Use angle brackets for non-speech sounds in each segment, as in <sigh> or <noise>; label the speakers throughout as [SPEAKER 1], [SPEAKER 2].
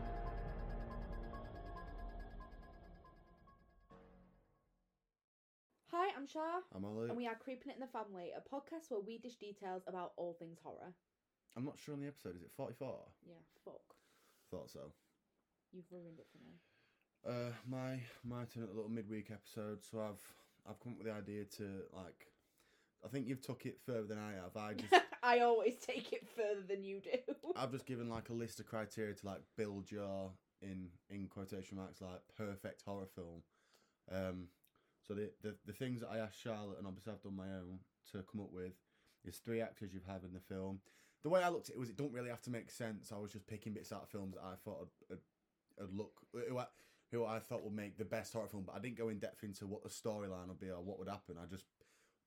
[SPEAKER 1] Hi, I'm Shah,
[SPEAKER 2] I'm Ollie.
[SPEAKER 1] and we are Creeping It in the Family, a podcast where we dish details about all things horror.
[SPEAKER 2] I'm not sure on the episode. Is it 44?
[SPEAKER 1] Yeah, fuck.
[SPEAKER 2] Thought so.
[SPEAKER 1] You've ruined it for me.
[SPEAKER 2] Uh, my my turn at the little midweek episode. So I've I've come up with the idea to like. I think you've took it further than I have. I just
[SPEAKER 1] <laughs> I always take it further than you <laughs> do.
[SPEAKER 2] I've just given like a list of criteria to like build your in in quotation marks like perfect horror film. Um, so the, the the things that I asked Charlotte and obviously I've done my own to come up with is three actors you'd have in the film. The way I looked at it was it don't really have to make sense. I was just picking bits out of films that I thought would, would, would look who I, who I thought would make the best horror film, but I didn't go in depth into what the storyline would be or what would happen. I just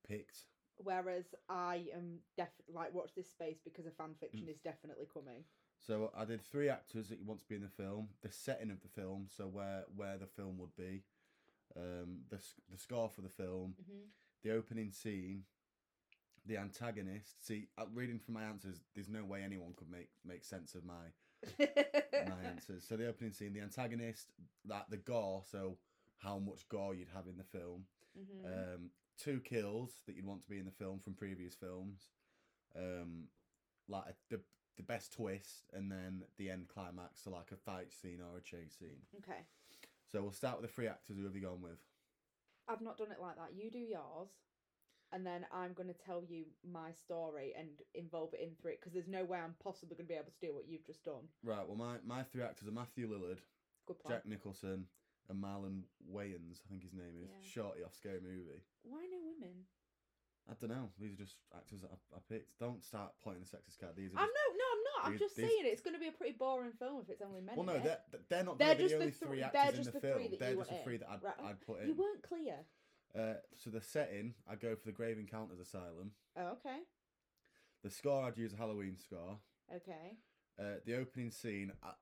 [SPEAKER 2] picked.
[SPEAKER 1] Whereas I am def like watch this space because a fan
[SPEAKER 2] Mm.
[SPEAKER 1] fiction is definitely coming.
[SPEAKER 2] So I did three actors that you want to be in the film, the setting of the film, so where where the film would be, um, the s- the score for the film, the opening scene, the antagonist. See, uh, reading from my answers, there's no way anyone could make make sense of my
[SPEAKER 1] Mm-hmm.
[SPEAKER 2] my
[SPEAKER 1] <laughs>
[SPEAKER 2] answers. So the opening scene, the antagonist, that the gore, so how much gore you'd have in the film,
[SPEAKER 1] Mm-hmm.
[SPEAKER 2] um, two kills that you'd want to be in the film from previous films, um, like a, the the best twist, and then the end climax, so like a fight scene or a chase scene.
[SPEAKER 1] Okay,
[SPEAKER 2] So we'll start with the three actors. Who have you gone with?
[SPEAKER 1] I've not done it like that. You do yours, and then I'm going to tell you my story and involve it in three because there's no way I'm possibly going to be able to do what you've just done.
[SPEAKER 2] Right. Well, my my three actors are Matthew Lillard,
[SPEAKER 1] Good plan.
[SPEAKER 2] Jack Nicholson, and Marlon Wayans. I think his name is
[SPEAKER 1] Yeah.
[SPEAKER 2] Shorty off Scary Movie.
[SPEAKER 1] Why no women?
[SPEAKER 2] I don't know. These are just actors that I, I picked. Don't start pointing the sexist card. These are
[SPEAKER 1] I'm
[SPEAKER 2] just,
[SPEAKER 1] no, no, I'm not. I'm
[SPEAKER 2] These-
[SPEAKER 1] just
[SPEAKER 2] these-
[SPEAKER 1] saying it's going to be a pretty boring film if it's only eh? men.
[SPEAKER 2] well,
[SPEAKER 1] in
[SPEAKER 2] no,
[SPEAKER 1] it.
[SPEAKER 2] they're they're not.
[SPEAKER 1] They're
[SPEAKER 2] They're
[SPEAKER 1] just
[SPEAKER 2] the only
[SPEAKER 1] the three-
[SPEAKER 2] three
[SPEAKER 1] they're
[SPEAKER 2] actors in
[SPEAKER 1] just the
[SPEAKER 2] the film.
[SPEAKER 1] three that
[SPEAKER 2] they're
[SPEAKER 1] you
[SPEAKER 2] just the
[SPEAKER 1] wanted.
[SPEAKER 2] three that I'd,
[SPEAKER 1] Right.
[SPEAKER 2] I'd put
[SPEAKER 1] You
[SPEAKER 2] in.
[SPEAKER 1] weren't clear.
[SPEAKER 2] Uh, so the setting, I'd go for the Grave Encounters Asylum.
[SPEAKER 1] Oh, okay.
[SPEAKER 2] The score, I'd use a Halloween score.
[SPEAKER 1] Okay.
[SPEAKER 2] Uh, the opening scene, I,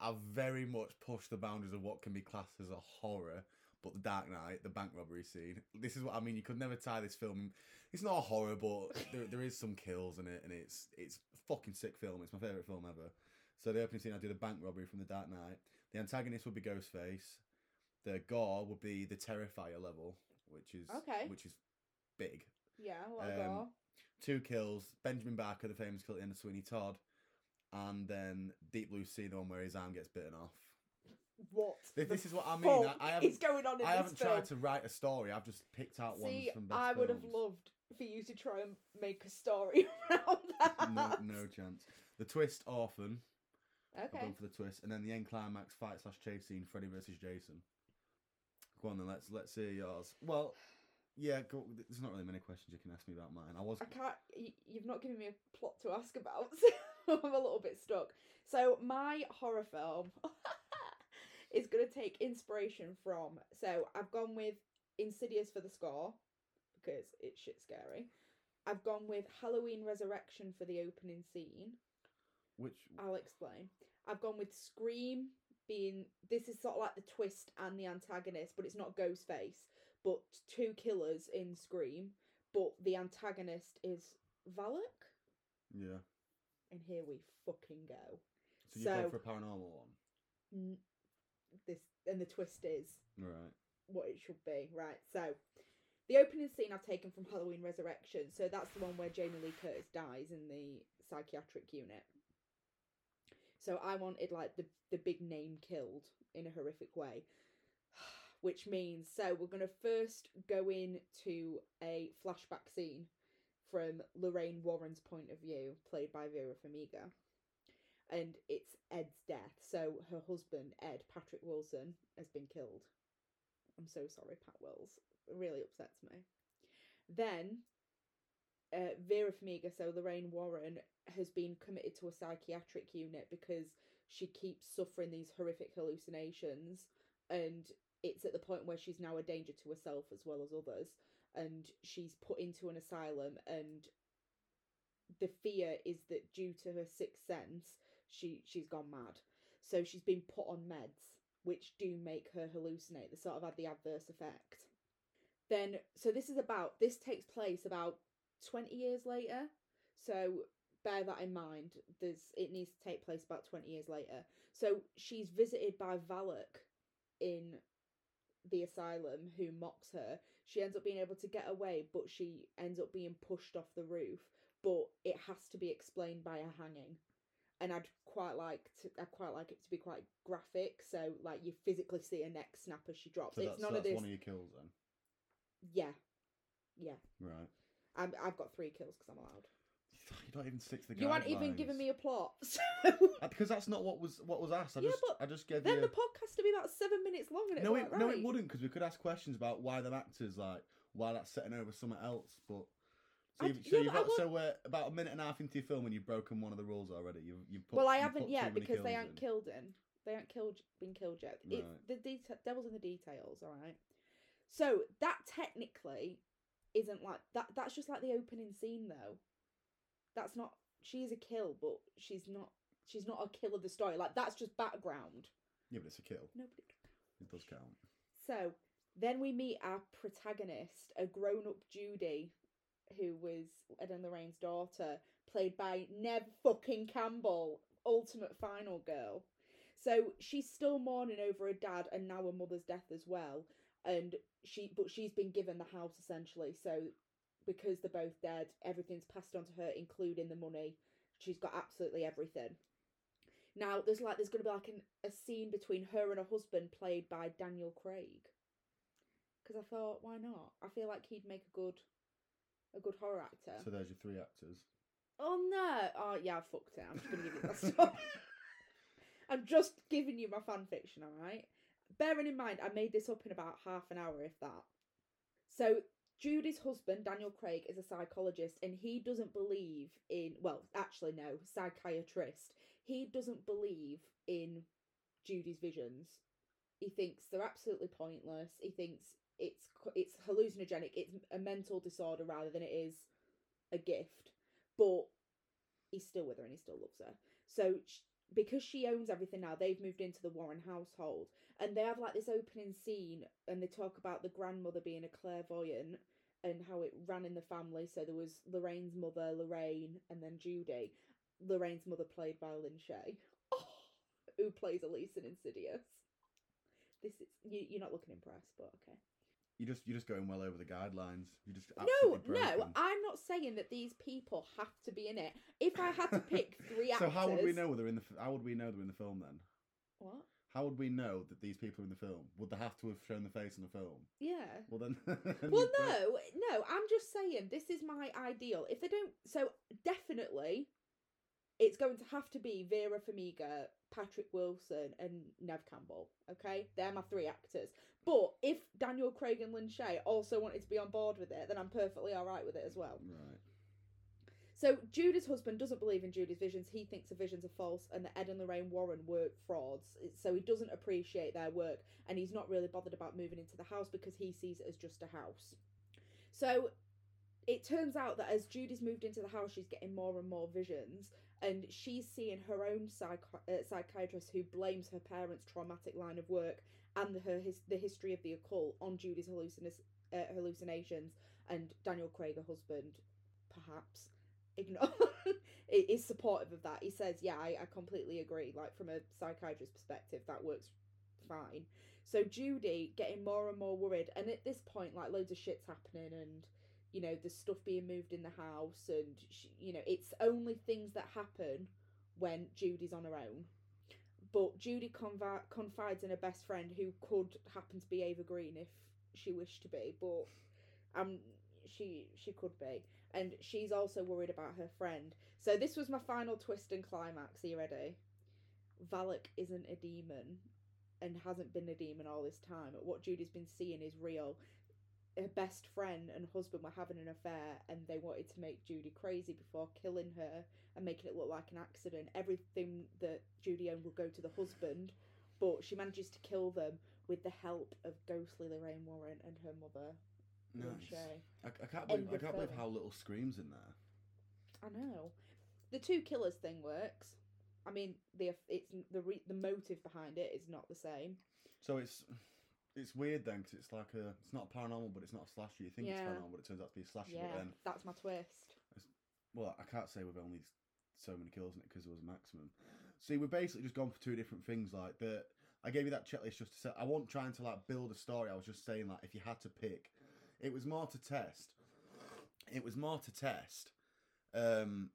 [SPEAKER 2] I very much push the boundaries of what can be classed as a horror. But the Dark Knight, the bank robbery scene. This is what I mean. You could never tie this film. It's not a horror, but there, there is some kills in it, and it's it's a fucking sick film. It's my favorite film ever. So the opening scene, I do the bank robbery from the Dark Knight. The antagonist would be Ghostface. The gore would be the Terrifier level, which is
[SPEAKER 1] Okay.
[SPEAKER 2] which is big.
[SPEAKER 1] Yeah, what a
[SPEAKER 2] Um,
[SPEAKER 1] goal.
[SPEAKER 2] two kills, Benjamin Barker, the famous killer in the Sweeney Todd, and then Deep Blue Sea, the one where his arm gets bitten off.
[SPEAKER 1] What?
[SPEAKER 2] This, this is what I mean. I,
[SPEAKER 1] fuck
[SPEAKER 2] I
[SPEAKER 1] is
[SPEAKER 2] haven't,
[SPEAKER 1] going on in
[SPEAKER 2] I
[SPEAKER 1] this
[SPEAKER 2] haven't tried to
[SPEAKER 1] film?
[SPEAKER 2] write a story. I've just picked out ones
[SPEAKER 1] See,
[SPEAKER 2] from best
[SPEAKER 1] I would have
[SPEAKER 2] films.
[SPEAKER 1] loved for you to try and make a story <laughs> around that.
[SPEAKER 2] No, no chance. The twist, Orphan. I've
[SPEAKER 1] Okay.
[SPEAKER 2] gone for the twist, and then the end climax fight slash chase scene, Freddy versus Jason. Go on then. Let's let's hear yours. Well, yeah. Go, there's not really many questions you can ask me about mine. I was.
[SPEAKER 1] I can't. You, you've not given me a plot to ask about, <laughs> so I'm a little bit stuck. So my horror film <laughs> is going to take inspiration from. So I've gone with Insidious for the score because it's shit scary. I've gone with Halloween Resurrection for the opening scene.
[SPEAKER 2] Which
[SPEAKER 1] I'll explain. I've gone with Scream being this is sort of like the twist and the antagonist, but it's not Ghostface, but two killers in Scream, but the antagonist is Valak.
[SPEAKER 2] yeah.
[SPEAKER 1] And here we fucking go.
[SPEAKER 2] So you
[SPEAKER 1] So-
[SPEAKER 2] go for a paranormal one,
[SPEAKER 1] This and the twist is
[SPEAKER 2] right?
[SPEAKER 1] what it should be, right? So the opening scene I've taken from Halloween Resurrection, so that's the one where Jamie Lee Curtis dies in the psychiatric unit. So I wanted like the the big name killed in a horrific way. <sighs> Which means so we're gonna first go into a flashback scene from Lorraine Warren's point of view, played by Vera Farmiga. And it's Ed's death. So her husband, Ed, Patrick Wilson, has been killed. I'm so sorry, Pat Wells. It really upsets me. Then, uh, Vera Farmiga, so Lorraine Warren, has been committed to a psychiatric unit because she keeps suffering these horrific hallucinations, and it's at the point where she's now a danger to herself as well as others, and she's put into an asylum and the fear is that due to her sixth sense, she she's gone mad. So she's been put on meds, which do make her hallucinate. They sort of had the adverse effect. Then, so this is about this takes place about twenty years later. So bear that in mind. There's it needs to take place about twenty years later. So she's visited by Valak in the asylum, who mocks her. She ends up being able to get away, but she ends up being pushed off the roof. But it has to be explained by her hanging and I'd quite like to, I quite like it to be quite graphic. So like you physically see her neck snap as she drops.
[SPEAKER 2] So
[SPEAKER 1] it's
[SPEAKER 2] that's,
[SPEAKER 1] none
[SPEAKER 2] that's
[SPEAKER 1] of this.
[SPEAKER 2] one of your kills then.
[SPEAKER 1] Yeah, yeah.
[SPEAKER 2] Right. <laughs>
[SPEAKER 1] I'm, I've got three kills because I'm allowed.
[SPEAKER 2] You're not even sick to the
[SPEAKER 1] You aren't even giving
[SPEAKER 2] guidelines.
[SPEAKER 1] me a plot. <laughs> So
[SPEAKER 2] <laughs> Uh, Because that's not what was what was asked. I
[SPEAKER 1] Yeah,
[SPEAKER 2] just
[SPEAKER 1] but
[SPEAKER 2] I just gave
[SPEAKER 1] then
[SPEAKER 2] you.
[SPEAKER 1] the podcast to be about seven minutes long, and it's
[SPEAKER 2] no,
[SPEAKER 1] like,
[SPEAKER 2] it, no, it
[SPEAKER 1] right.
[SPEAKER 2] wouldn't because we could ask questions about why the actors like why that's setting over something else. But
[SPEAKER 1] I
[SPEAKER 2] so, you've,
[SPEAKER 1] d-
[SPEAKER 2] so
[SPEAKER 1] yeah,
[SPEAKER 2] you've
[SPEAKER 1] but I
[SPEAKER 2] got so uh, about a minute and a half into your film and you've broken one of the rules already. You you put
[SPEAKER 1] well, I
[SPEAKER 2] you've
[SPEAKER 1] haven't
[SPEAKER 2] put
[SPEAKER 1] yet
[SPEAKER 2] too many
[SPEAKER 1] because they
[SPEAKER 2] kills
[SPEAKER 1] aren't
[SPEAKER 2] in.
[SPEAKER 1] killed him. They aren't killed, been killed yet.
[SPEAKER 2] Right.
[SPEAKER 1] It's the deta- devil's in the details. All right. So that technically isn't like that. That's just like the opening scene, though. That's not. She is a kill, but she's not. She's not a kill of the story. Like that's just background.
[SPEAKER 2] Yeah, but it's a kill.
[SPEAKER 1] Nobody.
[SPEAKER 2] It does count.
[SPEAKER 1] So then we meet our protagonist, a grown-up Judy, who was Ed and Lorraine's daughter, played by Nev fucking Campbell, ultimate final girl. So she's still mourning over her dad and now her mother's death as well. And she, but she's been given the house essentially. So because they're both dead, everything's passed on to her, including the money. She's got absolutely everything. Now there's like there's gonna be like an, a scene between her and her husband played by Daniel Craig. Because I thought, why not? I feel like he'd make a good, a good horror actor.
[SPEAKER 2] So there's your three actors.
[SPEAKER 1] Oh no! Oh yeah, I fucked it. I'm just
[SPEAKER 2] <laughs>
[SPEAKER 1] gonna give you that story. I'm just giving you my fan fiction, all right? Bearing in mind, I made this up in about half an hour, if that. So Judy's husband, Daniel Craig, is a psychologist, and he doesn't believe in. Well, actually, no, psychiatrist. He doesn't believe in Judy's visions. He thinks they're absolutely pointless. He thinks it's c- it's hallucinogenic. It's a mental disorder rather than it is a gift but he's still with her and he still loves her. So sh because she owns everything now, they've moved into the Warren household, and they have like this opening scene, and they talk about the grandmother being a clairvoyant and how it ran in the family. So there was Lorraine's mother, Lorraine, and then Judy. Lorraine's mother played by Lynn Shay, who plays Elise in Insidious. This is you, you're not looking impressed, but okay.
[SPEAKER 2] You just you're just going well over the guidelines. You just
[SPEAKER 1] No,
[SPEAKER 2] absolutely
[SPEAKER 1] no,
[SPEAKER 2] broken.
[SPEAKER 1] I'm not saying that these people have to be in it. If I had to
[SPEAKER 2] <laughs>
[SPEAKER 1] pick three
[SPEAKER 2] so
[SPEAKER 1] actors,
[SPEAKER 2] how would we know whether in the f- how would we know they're in the film then?
[SPEAKER 1] What?
[SPEAKER 2] How would we know that these people are in the film? Would they have to have shown the face in the film?
[SPEAKER 1] Yeah.
[SPEAKER 2] Well then. <laughs> then
[SPEAKER 1] Well,
[SPEAKER 2] you'd know.
[SPEAKER 1] no, no. I'm just saying this is my ideal. If they don't, so definitely, it's going to have to be Vera Farmiga, Patrick Wilson, and Nev Campbell. Okay, they're my three actors. But if Daniel Craig and Lynn Shay also wanted to be on board with it, then I'm perfectly all right with it as well.
[SPEAKER 2] Right.
[SPEAKER 1] So Judy's husband doesn't believe in Judy's visions. He thinks the visions are false and that Ed and Lorraine Warren were frauds. So he doesn't appreciate their work and he's not really bothered about moving into the house because he sees it as just a house. So it turns out that as Judy's moved into the house, she's getting more and more visions and she's seeing her own psych- uh, psychiatrist who blames her parents' traumatic line of work and the, her his- the history of the occult on Judy's hallucinis- uh, hallucinations and Daniel Craig, her husband, perhaps ignore <laughs> i- is supportive of that he says yeah I, I completely agree like from a psychiatrist perspective that works fine so judy getting more and more worried and at this point like loads of shit's happening and you know there's stuff being moved in the house and she, you know it's only things that happen when judy's on her own but judy convi- confides in her best friend who could happen to be ava green if she wished to be but um she she could be and she's also worried about her friend. So this was my final twist and climax. Are you ready? Valak isn't a demon and hasn't been a demon all this time. What Judy's been seeing is real. Her best friend and husband were having an affair and they wanted to make Judy crazy before killing her and making it look like an accident. Everything that Judy owned would go to the husband, but she manages to kill them with the help of ghostly Lorraine Warren and her mother, Lynn
[SPEAKER 2] Nice.
[SPEAKER 1] Shay.
[SPEAKER 2] I, I can't believe
[SPEAKER 1] End
[SPEAKER 2] I
[SPEAKER 1] of
[SPEAKER 2] can't believe
[SPEAKER 1] film.
[SPEAKER 2] how little screams in there.
[SPEAKER 1] I know. The two killers thing works. I mean, the it's the re- the motive behind it is not the same.
[SPEAKER 2] So it's it's weird then because it's like a it's not a paranormal, but it's not a slasher. You think it's
[SPEAKER 1] Yeah.
[SPEAKER 2] paranormal, but it turns out to be a slasher. But
[SPEAKER 1] Yeah,
[SPEAKER 2] then,
[SPEAKER 1] that's my twist.
[SPEAKER 2] well, I can't say we've only s- so many kills in it because there was a maximum. See, we've basically just gone for two different things. Like the I gave you that checklist just to say I wasn't trying to like build a story. I was just saying like if you had to pick, it was more to test. It was more to test, um,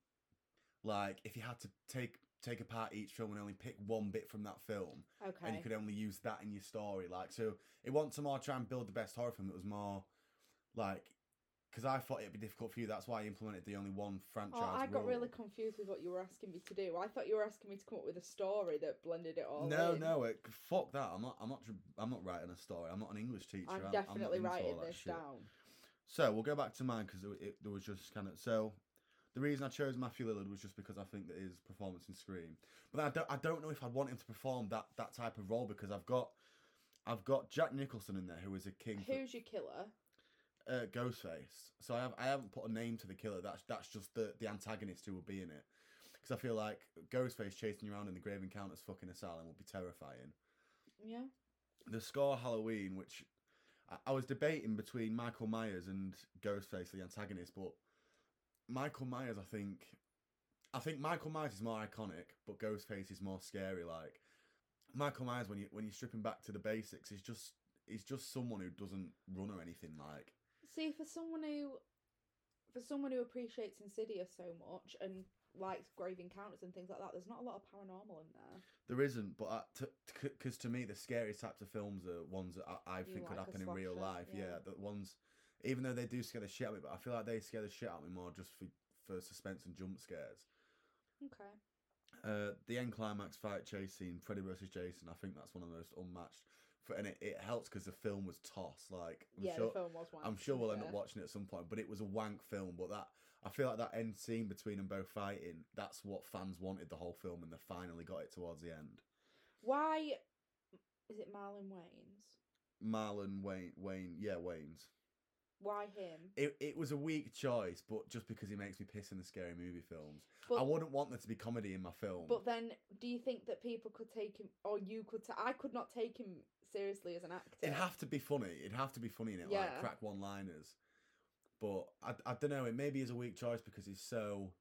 [SPEAKER 2] like if you had to take take apart each film and only pick one bit from that film
[SPEAKER 1] Okay.
[SPEAKER 2] and you could only use that in your story. Like, so it wasn't to more try and build the best horror film. It was more like because I thought it'd be difficult for you. That's why I implemented the only one franchise.
[SPEAKER 1] Oh, I got
[SPEAKER 2] rule.
[SPEAKER 1] really confused with what you were asking me to do. I thought you were asking me to come up with a story that blended it all.
[SPEAKER 2] No,
[SPEAKER 1] in.
[SPEAKER 2] no, it, fuck that. I'm not. I'm not. dr- I'm not writing a story. I'm not an English teacher.
[SPEAKER 1] I'm
[SPEAKER 2] not
[SPEAKER 1] definitely
[SPEAKER 2] into all
[SPEAKER 1] writing
[SPEAKER 2] that
[SPEAKER 1] this
[SPEAKER 2] shit.
[SPEAKER 1] down.
[SPEAKER 2] So we'll go back to mine because it, there was just kind of so. The reason I chose Matthew Lillard was just because I think that his performance in Scream, but I don't, I don't know if I'd want him to perform that, that type of role because I've got, I've got Jack Nicholson in there who is a king. for-
[SPEAKER 1] Who's your killer?
[SPEAKER 2] uh, Ghostface. So I have I haven't put a name to the killer. That's that's just the the antagonist who will be in it. Because I feel like Ghostface chasing you around in the Grave Encounters fucking asylum would be terrifying.
[SPEAKER 1] Yeah.
[SPEAKER 2] The score Halloween, which I, I was debating between Michael Myers and Ghostface, the antagonist, but Michael Myers, I think, I think Michael Myers is more iconic, but Ghostface is more scary. Like Michael Myers, when you when you strip him back to the basics, he's just he's just someone who doesn't run or anything. Like
[SPEAKER 1] See, for someone who, for someone who appreciates Insidious so much and likes Grave Encounters and things like that, there's not a lot of paranormal in there.
[SPEAKER 2] There isn't, but uh, because to, 'cause to me, the scariest types of films are ones that I, I
[SPEAKER 1] You
[SPEAKER 2] think could
[SPEAKER 1] like a
[SPEAKER 2] happen in real
[SPEAKER 1] slasher,
[SPEAKER 2] life. Yeah.
[SPEAKER 1] yeah.
[SPEAKER 2] the ones, even though they do scare the shit out of me, but I feel like they scare the shit out of me more just for, for suspense and jump scares.
[SPEAKER 1] Okay.
[SPEAKER 2] Uh, the end climax fight chase scene, Freddy versus Jason, I think that's one of the most unmatched. For, and it, it helps because the film was tossed. Like, I'm
[SPEAKER 1] yeah,
[SPEAKER 2] sure,
[SPEAKER 1] the film was one.
[SPEAKER 2] I'm sure we'll end up watching it at some point, but it was a wank film. But that I feel like that end scene between them both fighting, that's what fans wanted the whole film, and they finally got it towards the end.
[SPEAKER 1] Why is it Marlon Wayne's?
[SPEAKER 2] Marlon Wayne Wayne yeah Wayne's.
[SPEAKER 1] Why him?
[SPEAKER 2] It it was a weak choice, but just because he makes me piss in the scary movie films, I
[SPEAKER 1] But-
[SPEAKER 2] wouldn't want there to be comedy in my film.
[SPEAKER 1] But then, do you think that people could take him, or you could? Ta- I could not take him seriously as an actor.
[SPEAKER 2] it'd have to be funny. It'd have to be funny in it, like
[SPEAKER 1] Yeah.
[SPEAKER 2] crack one liners. But I I don't know. It maybe is a weak choice because he's so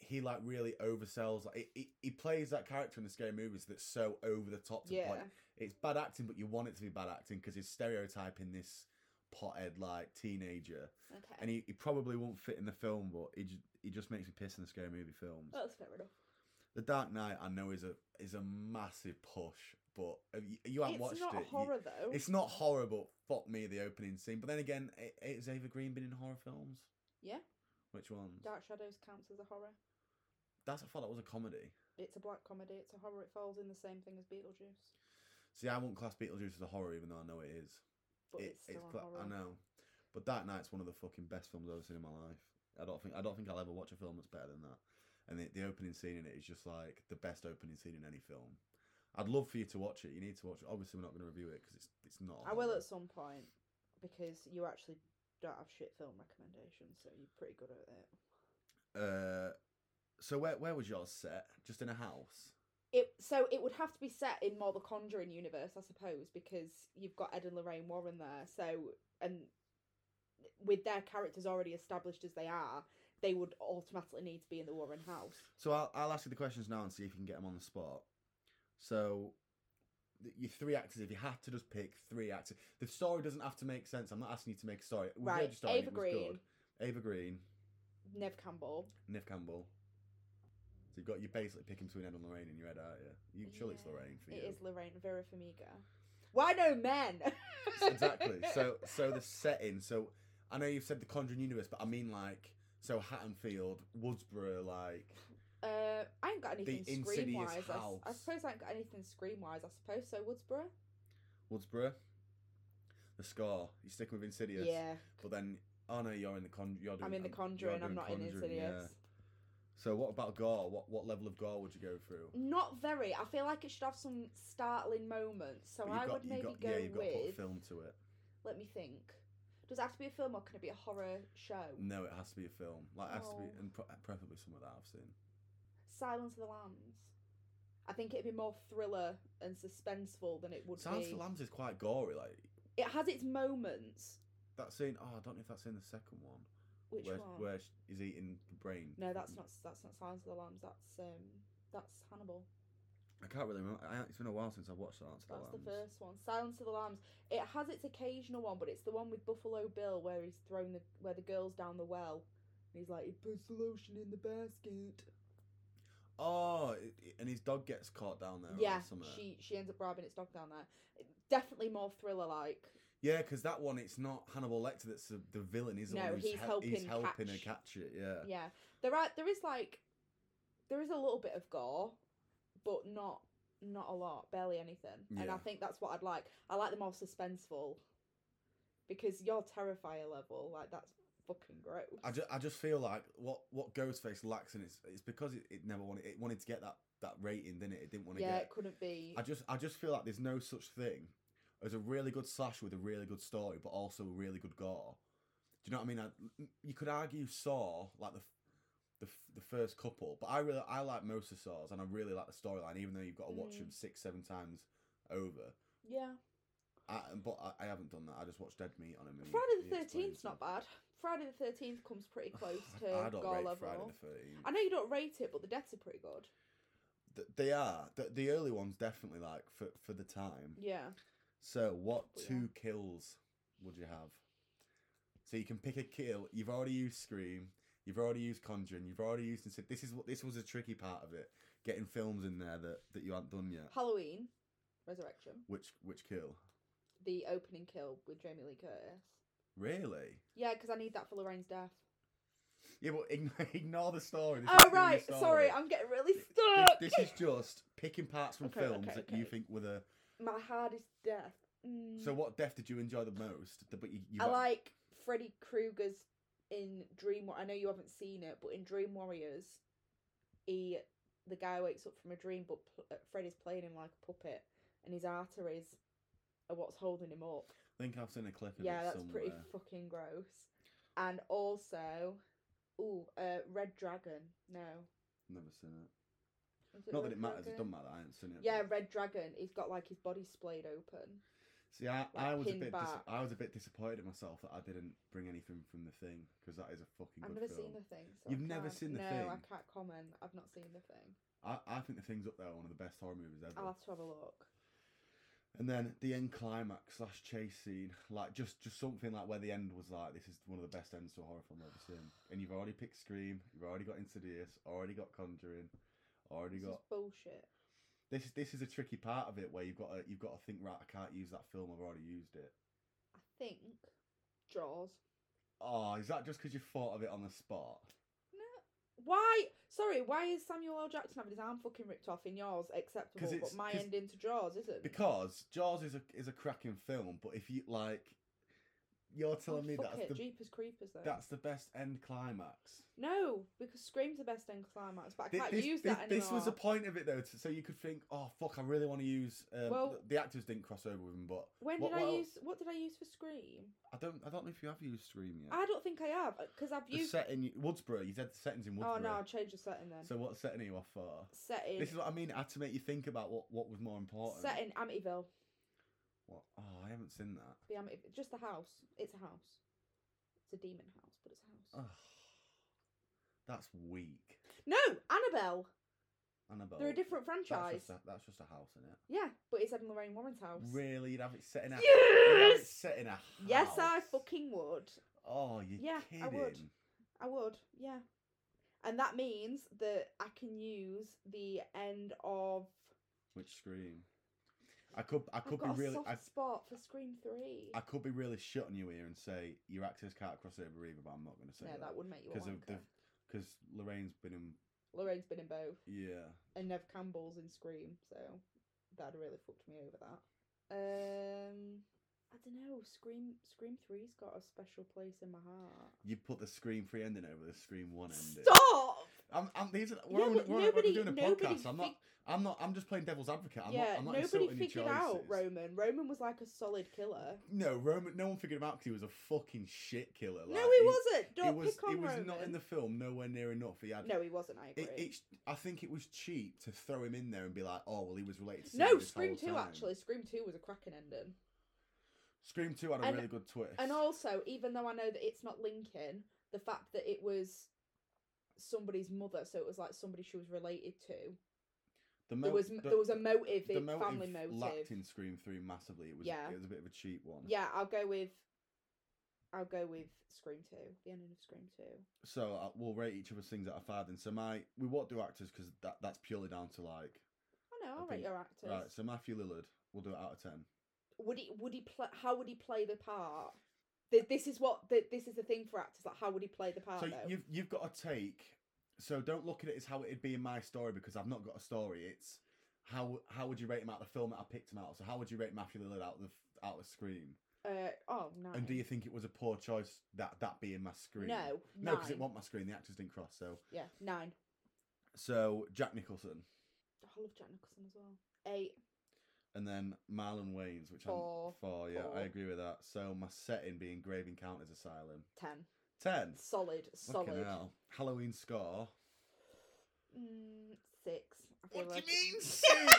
[SPEAKER 2] he like really oversells. Like he, he, he plays that character in the scary movies that's so over the top to the
[SPEAKER 1] yeah.
[SPEAKER 2] point it's bad acting, but you want it to be bad acting because he's stereotyping this pothead like teenager.
[SPEAKER 1] Okay.
[SPEAKER 2] and he, he probably won't fit in the film, but he ju- he just makes me piss in the scary movie films.
[SPEAKER 1] That's fair enough.
[SPEAKER 2] the Dark Knight, I know, is a is a massive push, but have you, you haven't watched
[SPEAKER 1] it's not
[SPEAKER 2] it. you-
[SPEAKER 1] horror though.
[SPEAKER 2] it's not horror, but fuck me, the opening scene. But then again, i- has Ava Green been in horror films?
[SPEAKER 1] Yeah.
[SPEAKER 2] Which ones?
[SPEAKER 1] Dark Shadows counts as a horror.
[SPEAKER 2] That's I thought that was a comedy.
[SPEAKER 1] It's a black comedy. It's a horror. It falls in the same thing as Beetlejuice,
[SPEAKER 2] See, I won't class Beetlejuice as a horror, even though I know it is.
[SPEAKER 1] but
[SPEAKER 2] It-
[SPEAKER 1] it's still a
[SPEAKER 2] cla-
[SPEAKER 1] horror.
[SPEAKER 2] I know, but Dark Knight's one of the fucking best films I've ever seen in my life. I don't think I don't think I'll ever watch a film that's better than that. And the, the opening scene in it is just like the best opening scene in any film. I'd love for you to watch it. You need to watch it. Obviously, we're not going to review it because it's it's not.
[SPEAKER 1] I will
[SPEAKER 2] horror.
[SPEAKER 1] at some point because you actually don't have shit film recommendations, so you're pretty good at it.
[SPEAKER 2] Uh, so where where was yours set? Just in a house.
[SPEAKER 1] It so it would have to be set in more the Conjuring universe, I suppose, because you've got Ed and Lorraine Warren there. So and with their characters already established as they are, they would automatically need to be in the Warren house.
[SPEAKER 2] So I'll, I'll ask you the questions now and see if you can get them on the spot. So, th- your three actors, if you had to just pick three actors, the story doesn't have to make sense. I'm not asking you to make a story. We heard
[SPEAKER 1] Right,
[SPEAKER 2] your story and
[SPEAKER 1] Ava
[SPEAKER 2] it was
[SPEAKER 1] Green.
[SPEAKER 2] good. Ava Green,
[SPEAKER 1] Nev Campbell.
[SPEAKER 2] Niff Campbell. So you've got you're basically picking between Ed and Lorraine in your head, aren't you? You surely it's
[SPEAKER 1] Yeah.
[SPEAKER 2] Lorraine for you.
[SPEAKER 1] It is <laughs> Lorraine Vera Farmiga. Why no men?
[SPEAKER 2] <laughs> exactly. So so the setting. So I know you've said the Conjuring universe, but I mean like so Hattonfield, Woodsboro, like
[SPEAKER 1] <laughs> Uh, I ain't got anything scream
[SPEAKER 2] insidious
[SPEAKER 1] wise. I, s- I
[SPEAKER 2] house.
[SPEAKER 1] suppose I ain't got anything scream wise. I suppose so. Woodsboro.
[SPEAKER 2] Woodsboro. The scar. You're sticking with Insidious.
[SPEAKER 1] Yeah,
[SPEAKER 2] But then, oh no, you're in the con. You're doing,
[SPEAKER 1] I'm in the
[SPEAKER 2] you're
[SPEAKER 1] Conjuring. I'm
[SPEAKER 2] doing
[SPEAKER 1] not in
[SPEAKER 2] Conjuring,
[SPEAKER 1] Insidious.
[SPEAKER 2] yeah. So what about gore? What what level of gore would you go through?
[SPEAKER 1] Not very. I feel like it should have some startling moments. So
[SPEAKER 2] But
[SPEAKER 1] I
[SPEAKER 2] you've got-
[SPEAKER 1] would
[SPEAKER 2] you've
[SPEAKER 1] maybe
[SPEAKER 2] got-
[SPEAKER 1] go
[SPEAKER 2] yeah, you've got to put a
[SPEAKER 1] with.
[SPEAKER 2] film to it.
[SPEAKER 1] Let me think. Does it have to be a film or can it be a horror show?
[SPEAKER 2] No, it has to be a film. Like it has to be,
[SPEAKER 1] Oh.
[SPEAKER 2] and pre- preferably somewhere that I've seen.
[SPEAKER 1] Silence of the Lambs. I think it'd be more thriller and suspenseful than it would
[SPEAKER 2] Silence of
[SPEAKER 1] be.
[SPEAKER 2] the Lambs is quite gory. Like
[SPEAKER 1] It has its moments.
[SPEAKER 2] that scene. Oh, I don't know if that's in the second one.
[SPEAKER 1] Which
[SPEAKER 2] where,
[SPEAKER 1] one?
[SPEAKER 2] Where sh- he's eating the brain.
[SPEAKER 1] No, that's not that's not Silence of the Lambs. That's um that's Hannibal.
[SPEAKER 2] I can't really remember. I, it's been a while since I've watched Silence of
[SPEAKER 1] That's
[SPEAKER 2] the Lambs.
[SPEAKER 1] the first one. Silence of the Lambs. It has its occasional one, but it's the one with Buffalo Bill where he's thrown the where the girl's down the well. And he's like, he puts the lotion in the basket.
[SPEAKER 2] Oh, it, it- and his dog gets caught down there.
[SPEAKER 1] yeah,
[SPEAKER 2] or somewhere.
[SPEAKER 1] she she ends up bribing its dog down there. Definitely more thriller like.
[SPEAKER 2] Yeah, because that one, it's not Hannibal Lecter that's the, the villain. He's the
[SPEAKER 1] No,
[SPEAKER 2] one who's,
[SPEAKER 1] he's
[SPEAKER 2] hel- he's
[SPEAKER 1] helping
[SPEAKER 2] helping
[SPEAKER 1] catch-
[SPEAKER 2] her catch it. Yeah.
[SPEAKER 1] Yeah, there are there is like there is a little bit of gore, but not not a lot, barely anything. And I
[SPEAKER 2] Yeah.
[SPEAKER 1] think that's what I'd like. I like the more suspenseful because your terrifier level like that's fucking gross.
[SPEAKER 2] I just, I just feel like what what Ghostface lacks, and it's it's because it, it never wanted it wanted to get that that rating, didn't it? It didn't want to
[SPEAKER 1] yeah, it
[SPEAKER 2] get.
[SPEAKER 1] couldn't be.
[SPEAKER 2] I just I just feel like there's no such thing as a really good slasher with a really good story, but also a really good gore. Do you know what I mean? I, you could argue Saw like the f- the, f- the first couple, but I really I like most of Saws, and I really like the storyline, even though you've got to watch
[SPEAKER 1] Mm.
[SPEAKER 2] them six seven times over.
[SPEAKER 1] yeah,
[SPEAKER 2] I, but I, I haven't done that. I just watched Dead Meat on a movie.
[SPEAKER 1] Friday the Thirteenth's not bad. Friday the Thirteenth comes
[SPEAKER 2] <laughs>
[SPEAKER 1] pretty close to
[SPEAKER 2] I don't
[SPEAKER 1] gore
[SPEAKER 2] rate
[SPEAKER 1] level.
[SPEAKER 2] Friday the Thirteenth.
[SPEAKER 1] I know you don't rate it, but the deaths are pretty good.
[SPEAKER 2] Th- they are the, the early ones definitely like for for the time.
[SPEAKER 1] Yeah,
[SPEAKER 2] <laughs> So what
[SPEAKER 1] But yeah.
[SPEAKER 2] two kills would you have? So you can pick a kill. You've already used Scream. You've already used Conjuring. You've already used. Insid- This is what this was a tricky part of it. Getting films in there that that you hadn't done yet.
[SPEAKER 1] Halloween, Resurrection,
[SPEAKER 2] Which which kill?
[SPEAKER 1] the opening kill with Jamie Lee Curtis.
[SPEAKER 2] Really?
[SPEAKER 1] Yeah, because I need that for Lorraine's death.
[SPEAKER 2] Yeah, but ign- <laughs> ignore the story. This
[SPEAKER 1] Oh
[SPEAKER 2] isn't really a
[SPEAKER 1] right,
[SPEAKER 2] story.
[SPEAKER 1] sorry, I'm getting really stuck. <laughs>
[SPEAKER 2] This, this is just picking parts from
[SPEAKER 1] Okay,
[SPEAKER 2] films
[SPEAKER 1] okay,
[SPEAKER 2] that you
[SPEAKER 1] okay.
[SPEAKER 2] think were the
[SPEAKER 1] my hardest death. Mm.
[SPEAKER 2] So what death did you enjoy the most? The- But you, you
[SPEAKER 1] I
[SPEAKER 2] got-
[SPEAKER 1] like Freddy Krueger's in Dream. War- I know you haven't seen it, but in Dream Warriors, he the guy wakes up from a dream, but pl- uh, Freddy's playing him like a puppet, and his arteries are what's holding him up.
[SPEAKER 2] I think I've seen a clip of
[SPEAKER 1] yeah,
[SPEAKER 2] it
[SPEAKER 1] that's
[SPEAKER 2] somewhere.
[SPEAKER 1] pretty fucking gross. And also, ooh, uh, Red Dragon. No,
[SPEAKER 2] Never seen it.
[SPEAKER 1] Is it
[SPEAKER 2] Not that
[SPEAKER 1] Red
[SPEAKER 2] it matters. It
[SPEAKER 1] Dragon?
[SPEAKER 2] doesn't matter. that I haven't seen it.
[SPEAKER 1] Yeah,
[SPEAKER 2] but-
[SPEAKER 1] Red Dragon. He's got like his body splayed open.
[SPEAKER 2] See, I, I was a
[SPEAKER 1] pinned
[SPEAKER 2] bit dis-
[SPEAKER 1] back.
[SPEAKER 2] I was a bit disappointed in myself that I didn't bring anything from the thing because that is a fucking.
[SPEAKER 1] I've never
[SPEAKER 2] good film.
[SPEAKER 1] seen the thing. So
[SPEAKER 2] You've
[SPEAKER 1] I
[SPEAKER 2] never
[SPEAKER 1] can't-
[SPEAKER 2] seen The
[SPEAKER 1] no, I
[SPEAKER 2] Thing?
[SPEAKER 1] can't comment. I've not seen the thing.
[SPEAKER 2] I, I think the thing's up there one of the best horror movies ever.
[SPEAKER 1] I'll have to have a look.
[SPEAKER 2] And then the end climax slash chase scene, like just just something like where the end was like, this is one of the best ends to a horror film I've ever seen. And you've already picked Scream, you've already got Insidious, already got Conjuring, already
[SPEAKER 1] This
[SPEAKER 2] got
[SPEAKER 1] is bullshit.
[SPEAKER 2] This is this is a tricky part of it where you've got to, you've got to think right. I can't use that film. I've already used it.
[SPEAKER 1] I think Jaws.
[SPEAKER 2] Oh, is that just because you thought of it on the spot?
[SPEAKER 1] No. Why? Sorry. Why is Samuel L. Jackson having his arm fucking ripped off in yours acceptable, but
[SPEAKER 2] it's-
[SPEAKER 1] my
[SPEAKER 2] 'cause-
[SPEAKER 1] ending to Jaws isn't?
[SPEAKER 2] Because Jaws is a is a cracking film, but if you like, you're telling
[SPEAKER 1] Oh,
[SPEAKER 2] me
[SPEAKER 1] fuck
[SPEAKER 2] that's
[SPEAKER 1] it.
[SPEAKER 2] the
[SPEAKER 1] Jeepers Creepers though.
[SPEAKER 2] that's the best end climax.
[SPEAKER 1] No, because Scream's the best end climax, but I
[SPEAKER 2] Thi-
[SPEAKER 1] can't
[SPEAKER 2] this,
[SPEAKER 1] use
[SPEAKER 2] this,
[SPEAKER 1] that anymore.
[SPEAKER 2] this was the point of it though, to, so you could think, oh fuck, I really want to use. Um,
[SPEAKER 1] Well-
[SPEAKER 2] th- the actors didn't cross over with him, but
[SPEAKER 1] When
[SPEAKER 2] what-
[SPEAKER 1] did I
[SPEAKER 2] what-
[SPEAKER 1] use? What did I use for Scream?
[SPEAKER 2] I don't I don't know if you have used Scream yet.
[SPEAKER 1] I don't think I have because I've
[SPEAKER 2] the
[SPEAKER 1] used.
[SPEAKER 2] setting Woodsboro, you said the settings in
[SPEAKER 1] oh
[SPEAKER 2] Woodsboro.
[SPEAKER 1] no, I'll change the setting then.
[SPEAKER 2] So what setting are you off for?
[SPEAKER 1] setting.
[SPEAKER 2] This is what I mean. I had to make you think about what, what was more important.
[SPEAKER 1] Set in Amityville.
[SPEAKER 2] What? Oh, I haven't seen that.
[SPEAKER 1] The Amityville. Just the house. It's a house. It's a demon house, but it's a house.
[SPEAKER 2] Oh, that's weak.
[SPEAKER 1] No, Annabelle.
[SPEAKER 2] Annabelle.
[SPEAKER 1] They're a different
[SPEAKER 2] oh, that's
[SPEAKER 1] franchise.
[SPEAKER 2] just, a, that's just a house, isn't it?
[SPEAKER 1] Yeah, but it's in Lorraine Warren's house.
[SPEAKER 2] Really? You'd have it set in a You'd have it
[SPEAKER 1] Yes.
[SPEAKER 2] set in a house.
[SPEAKER 1] Yes, I fucking would.
[SPEAKER 2] Oh, you
[SPEAKER 1] Yeah,
[SPEAKER 2] kidding?
[SPEAKER 1] I would. I would. Yeah. And that means that I can use the end of.
[SPEAKER 2] Which scream? I could I
[SPEAKER 1] I've
[SPEAKER 2] could
[SPEAKER 1] got
[SPEAKER 2] be
[SPEAKER 1] a
[SPEAKER 2] really
[SPEAKER 1] soft
[SPEAKER 2] I,
[SPEAKER 1] spot for Scream Three.
[SPEAKER 2] I could be really shutting you here and say your actors can't cross over either, but I'm not going to say
[SPEAKER 1] no,
[SPEAKER 2] that.
[SPEAKER 1] that would make you a
[SPEAKER 2] because of the
[SPEAKER 1] wanker.
[SPEAKER 2] because Lorraine's been in
[SPEAKER 1] Lorraine's been in both,
[SPEAKER 2] yeah.
[SPEAKER 1] and Nev Campbell's in Scream, so that really fucked me over that. Um, I don't know. Scream, Scream Three's got a special place in my heart.
[SPEAKER 2] You put the Scream free ending over the Scream one ending.
[SPEAKER 1] Stop!
[SPEAKER 2] I'm, I'm, these are, we're,
[SPEAKER 1] No,
[SPEAKER 2] on,
[SPEAKER 1] but
[SPEAKER 2] we're, on-
[SPEAKER 1] nobody-
[SPEAKER 2] we're doing a
[SPEAKER 1] nobody
[SPEAKER 2] podcast. I'm not.
[SPEAKER 1] fig-
[SPEAKER 2] I'm not. I'm just playing devil's advocate. I'm
[SPEAKER 1] yeah,
[SPEAKER 2] not. I'm not
[SPEAKER 1] nobody
[SPEAKER 2] insulting your
[SPEAKER 1] figured out
[SPEAKER 2] choices.
[SPEAKER 1] Roman. Roman was like a solid killer.
[SPEAKER 2] No, Roman. No one figured him out because he was a fucking shit killer. Like,
[SPEAKER 1] no, he, wasn't.
[SPEAKER 2] He
[SPEAKER 1] Don't
[SPEAKER 2] was.
[SPEAKER 1] pick on
[SPEAKER 2] He was
[SPEAKER 1] Roman.
[SPEAKER 2] not in the film. Nowhere near enough. He had.
[SPEAKER 1] No, he wasn't. I agree.
[SPEAKER 2] It, it's. I think it was cheap to throw him in there and be like, "Oh well, he was related to."
[SPEAKER 1] no,
[SPEAKER 2] Caesar this
[SPEAKER 1] Scream
[SPEAKER 2] whole
[SPEAKER 1] Two
[SPEAKER 2] time."
[SPEAKER 1] actually. Scream Two was a cracking ending.
[SPEAKER 2] Scream Two had a
[SPEAKER 1] And-
[SPEAKER 2] really good twist.
[SPEAKER 1] And also, even though I know that it's not Lincoln, the fact that it was somebody's mother, so it was like somebody she was related to.
[SPEAKER 2] the mo-
[SPEAKER 1] There was
[SPEAKER 2] the-
[SPEAKER 1] there was a motive,
[SPEAKER 2] the
[SPEAKER 1] in, family motive.
[SPEAKER 2] lacked in Scream Three massively. It was.
[SPEAKER 1] Yeah.
[SPEAKER 2] It was a bit of a cheap one.
[SPEAKER 1] Yeah, I'll go with. I'll go with Scream Two. The ending of Scream Two.
[SPEAKER 2] So uh, we'll rate each of us things out of five. Then so my we won't do actors because that that's purely down to like
[SPEAKER 1] Oh no, I'll
[SPEAKER 2] I
[SPEAKER 1] rate
[SPEAKER 2] think-
[SPEAKER 1] your actors.
[SPEAKER 2] right. So Matthew Lillard, we'll do it out of ten.
[SPEAKER 1] Would he? Would he play? How would he play the part? Th- This is what th- this is the thing for actors. Like, how would he play the part?
[SPEAKER 2] So
[SPEAKER 1] though?
[SPEAKER 2] you've you've got to take. So don't look at it as how it'd be in my story because I've not got a story. It's how how would you rate him out of the film that I picked him out? of? So how would you rate Matthew Lillard out of the f- out of Scream?
[SPEAKER 1] Uh, oh, nine.
[SPEAKER 2] And do you think it was a poor choice that that being my Scream?
[SPEAKER 1] No,
[SPEAKER 2] no, because
[SPEAKER 1] nine.
[SPEAKER 2] it wasn't my Scream. The actors didn't cross. So
[SPEAKER 1] Yeah, nine.
[SPEAKER 2] so Jack Nicholson
[SPEAKER 1] Oh, I love Jack Nicholson as well. Eight.
[SPEAKER 2] and then Marlon Wayans, which
[SPEAKER 1] Four.
[SPEAKER 2] I'm four. Yeah,
[SPEAKER 1] Four.
[SPEAKER 2] I agree with that. So my setting being Grave Encounters Asylum.
[SPEAKER 1] Ten.
[SPEAKER 2] Ten.
[SPEAKER 1] Solid.
[SPEAKER 2] Fucking
[SPEAKER 1] Solid.
[SPEAKER 2] hell. Halloween score.
[SPEAKER 1] Mm, six. I feel
[SPEAKER 2] What do
[SPEAKER 1] like
[SPEAKER 2] you mean
[SPEAKER 1] it- <laughs>
[SPEAKER 2] six?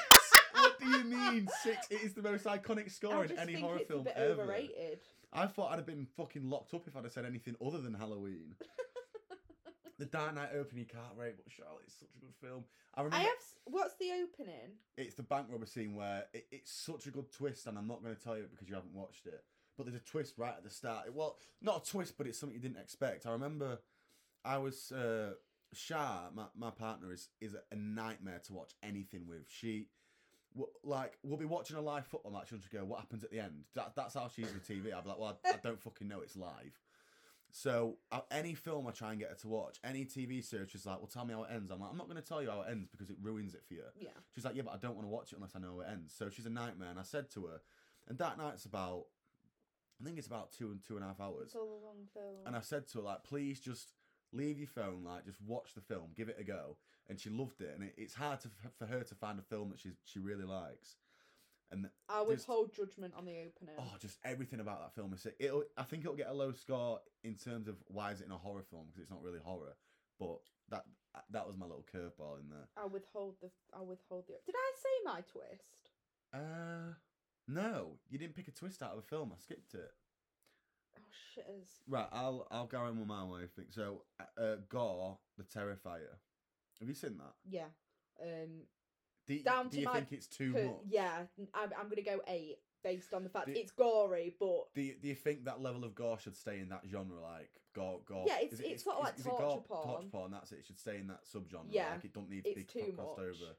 [SPEAKER 2] what do you mean six? It is the most iconic score
[SPEAKER 1] I
[SPEAKER 2] in
[SPEAKER 1] just
[SPEAKER 2] any
[SPEAKER 1] think
[SPEAKER 2] horror
[SPEAKER 1] it's
[SPEAKER 2] film
[SPEAKER 1] a bit
[SPEAKER 2] ever.
[SPEAKER 1] overrated.
[SPEAKER 2] I thought I'd have been fucking locked up if I'd have said anything other
[SPEAKER 1] <laughs>
[SPEAKER 2] than Halloween. the Dark Knight opening you can't rate, but Charlotte is such a good film. I remember
[SPEAKER 1] I have. s- What's the opening?
[SPEAKER 2] it's the bank robber scene where it, it's such a good twist, and I'm not going to tell you it because you haven't watched it. But there's a twist right at the start. It, well, not a twist, but it's something you didn't expect. I remember I was uh, Shah, my, my partner is is a nightmare to watch anything with. She w- like we'll be watching a live football match and she'll go, "What happens at the end?" That, that's how she's with TV. I'm like, "Well, I, I don't fucking know. It's live." So uh, any film I try and get her to watch, any TV series, she's like, "Well, tell me how it ends." I'm like, "I'm not going to tell you how it ends because it ruins it for you."
[SPEAKER 1] Yeah.
[SPEAKER 2] She's like, yeah, but I don't want to watch it unless I know how it ends. So she's a nightmare. And I said to her, and that night's about, I think it's about two and two and a half hours.
[SPEAKER 1] It's all a long film.
[SPEAKER 2] And I said to her, like, please just leave your phone, like, just watch the film, give it a go. And she loved it. And it, it's hard to, for her to find a film that she's, she really likes. And
[SPEAKER 1] I would
[SPEAKER 2] just-
[SPEAKER 1] hold judgment on the opening.
[SPEAKER 2] oh, just everything about that film is sick. It'll, I think it'll get a low score in terms of why is it in a horror film because it's not really horror. But that that was my little curveball in there.
[SPEAKER 1] I withhold the. I withhold the. Did I say my twist?
[SPEAKER 2] Uh, no, you didn't pick a twist out of a film. I skipped it.
[SPEAKER 1] Oh shitters.
[SPEAKER 2] Right, I'll I'll go in with my way. I think so. uh, Uh, Gore the Terrifier. Have you seen that?
[SPEAKER 1] Yeah. Um.
[SPEAKER 2] Do, you-
[SPEAKER 1] Down
[SPEAKER 2] do
[SPEAKER 1] to
[SPEAKER 2] you
[SPEAKER 1] my
[SPEAKER 2] think it's too
[SPEAKER 1] per-
[SPEAKER 2] much?
[SPEAKER 1] yeah. I'm, I'm gonna go eight based on the fact
[SPEAKER 2] The-
[SPEAKER 1] it's gory, but
[SPEAKER 2] Do you, do you think that level of gore should stay in that genre? Like gore, gore.
[SPEAKER 1] Yeah, it's-
[SPEAKER 2] is
[SPEAKER 1] it's sort of like
[SPEAKER 2] it gore-
[SPEAKER 1] torture porn.
[SPEAKER 2] Torture porn. That's it. It should stay in that subgenre.
[SPEAKER 1] Yeah,
[SPEAKER 2] like it don't need
[SPEAKER 1] it's
[SPEAKER 2] to be
[SPEAKER 1] too
[SPEAKER 2] crossed
[SPEAKER 1] much.
[SPEAKER 2] over.